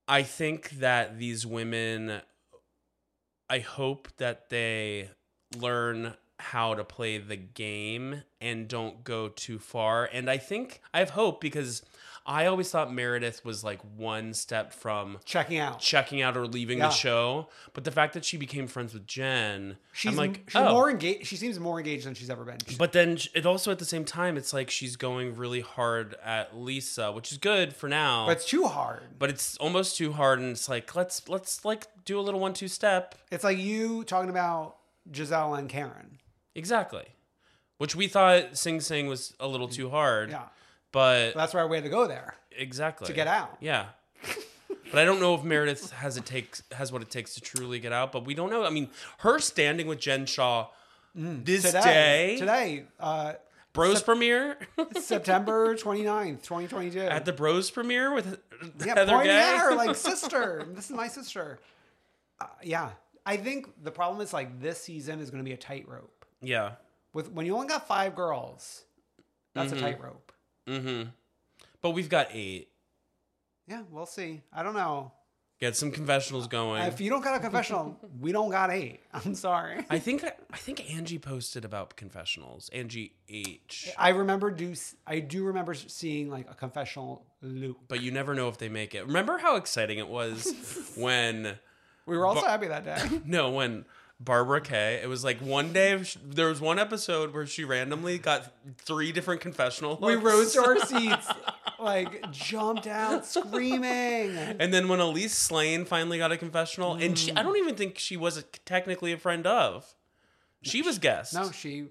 Speaker 2: I think that these women I hope that they learn how to play the game and don't go too far. And I think I have hope because I always thought Meredith was like one step from
Speaker 3: Checking out.
Speaker 2: checking out or leaving
Speaker 3: Yeah.
Speaker 2: the show, but the fact that she became friends with Jen,
Speaker 3: She's
Speaker 2: I'm like,
Speaker 3: she's
Speaker 2: oh,
Speaker 3: more engaged. She seems more engaged than she's ever been. She's-
Speaker 2: but then sh- it also at the same time, it's like she's going really hard at Lisa, which is good for now.
Speaker 3: but it's too hard.
Speaker 2: but it's almost too hard, and it's like let's let's like do a little one-two step.
Speaker 3: It's like you talking about Giselle and Karen.
Speaker 2: Exactly, which we thought Sing Sing was a little too hard.
Speaker 3: Yeah,
Speaker 2: But
Speaker 3: that's why we had to go there.
Speaker 2: exactly
Speaker 3: to get out.
Speaker 2: Yeah. But I don't know if Meredith has it takes has what it takes to truly get out. But we don't know. I mean, her standing with Jen Shaw this
Speaker 3: Mm. Today,
Speaker 2: day,
Speaker 3: today, uh,
Speaker 2: Bros premiere
Speaker 3: September 29th, 2022.
Speaker 2: at the Bros premiere with
Speaker 3: yeah,
Speaker 2: Heather
Speaker 3: pointing
Speaker 2: Gay.
Speaker 3: at her like sister. this is my sister. Uh, yeah, I think the problem is like this season is going to be a tightrope.
Speaker 2: yeah.
Speaker 3: With when you only got five girls, that's a tightrope.
Speaker 2: Mm-hmm. But we've got eight.
Speaker 3: Yeah, we'll see. I don't know.
Speaker 2: Get some confessionals going.
Speaker 3: If you don't got a confessional, we don't got eight. I'm sorry.
Speaker 2: I think I think Angie posted about confessionals. Angie H.
Speaker 3: I remember do I do remember seeing like a confessional loop.
Speaker 2: But you never know if they make it. Remember how exciting it was when
Speaker 3: We were all so
Speaker 2: But-
Speaker 3: happy that day.
Speaker 2: No, when Barbara Kay, it was like one day of sh- there was one episode where she randomly got three different confessional.
Speaker 3: We
Speaker 2: looks.
Speaker 3: rose to our seats, like jumped out screaming.
Speaker 2: And then when Elise Slane finally got a confessional, and she,
Speaker 3: Mm.
Speaker 2: I don't even think she was a, technically a friend of. She was guest.
Speaker 3: No, she,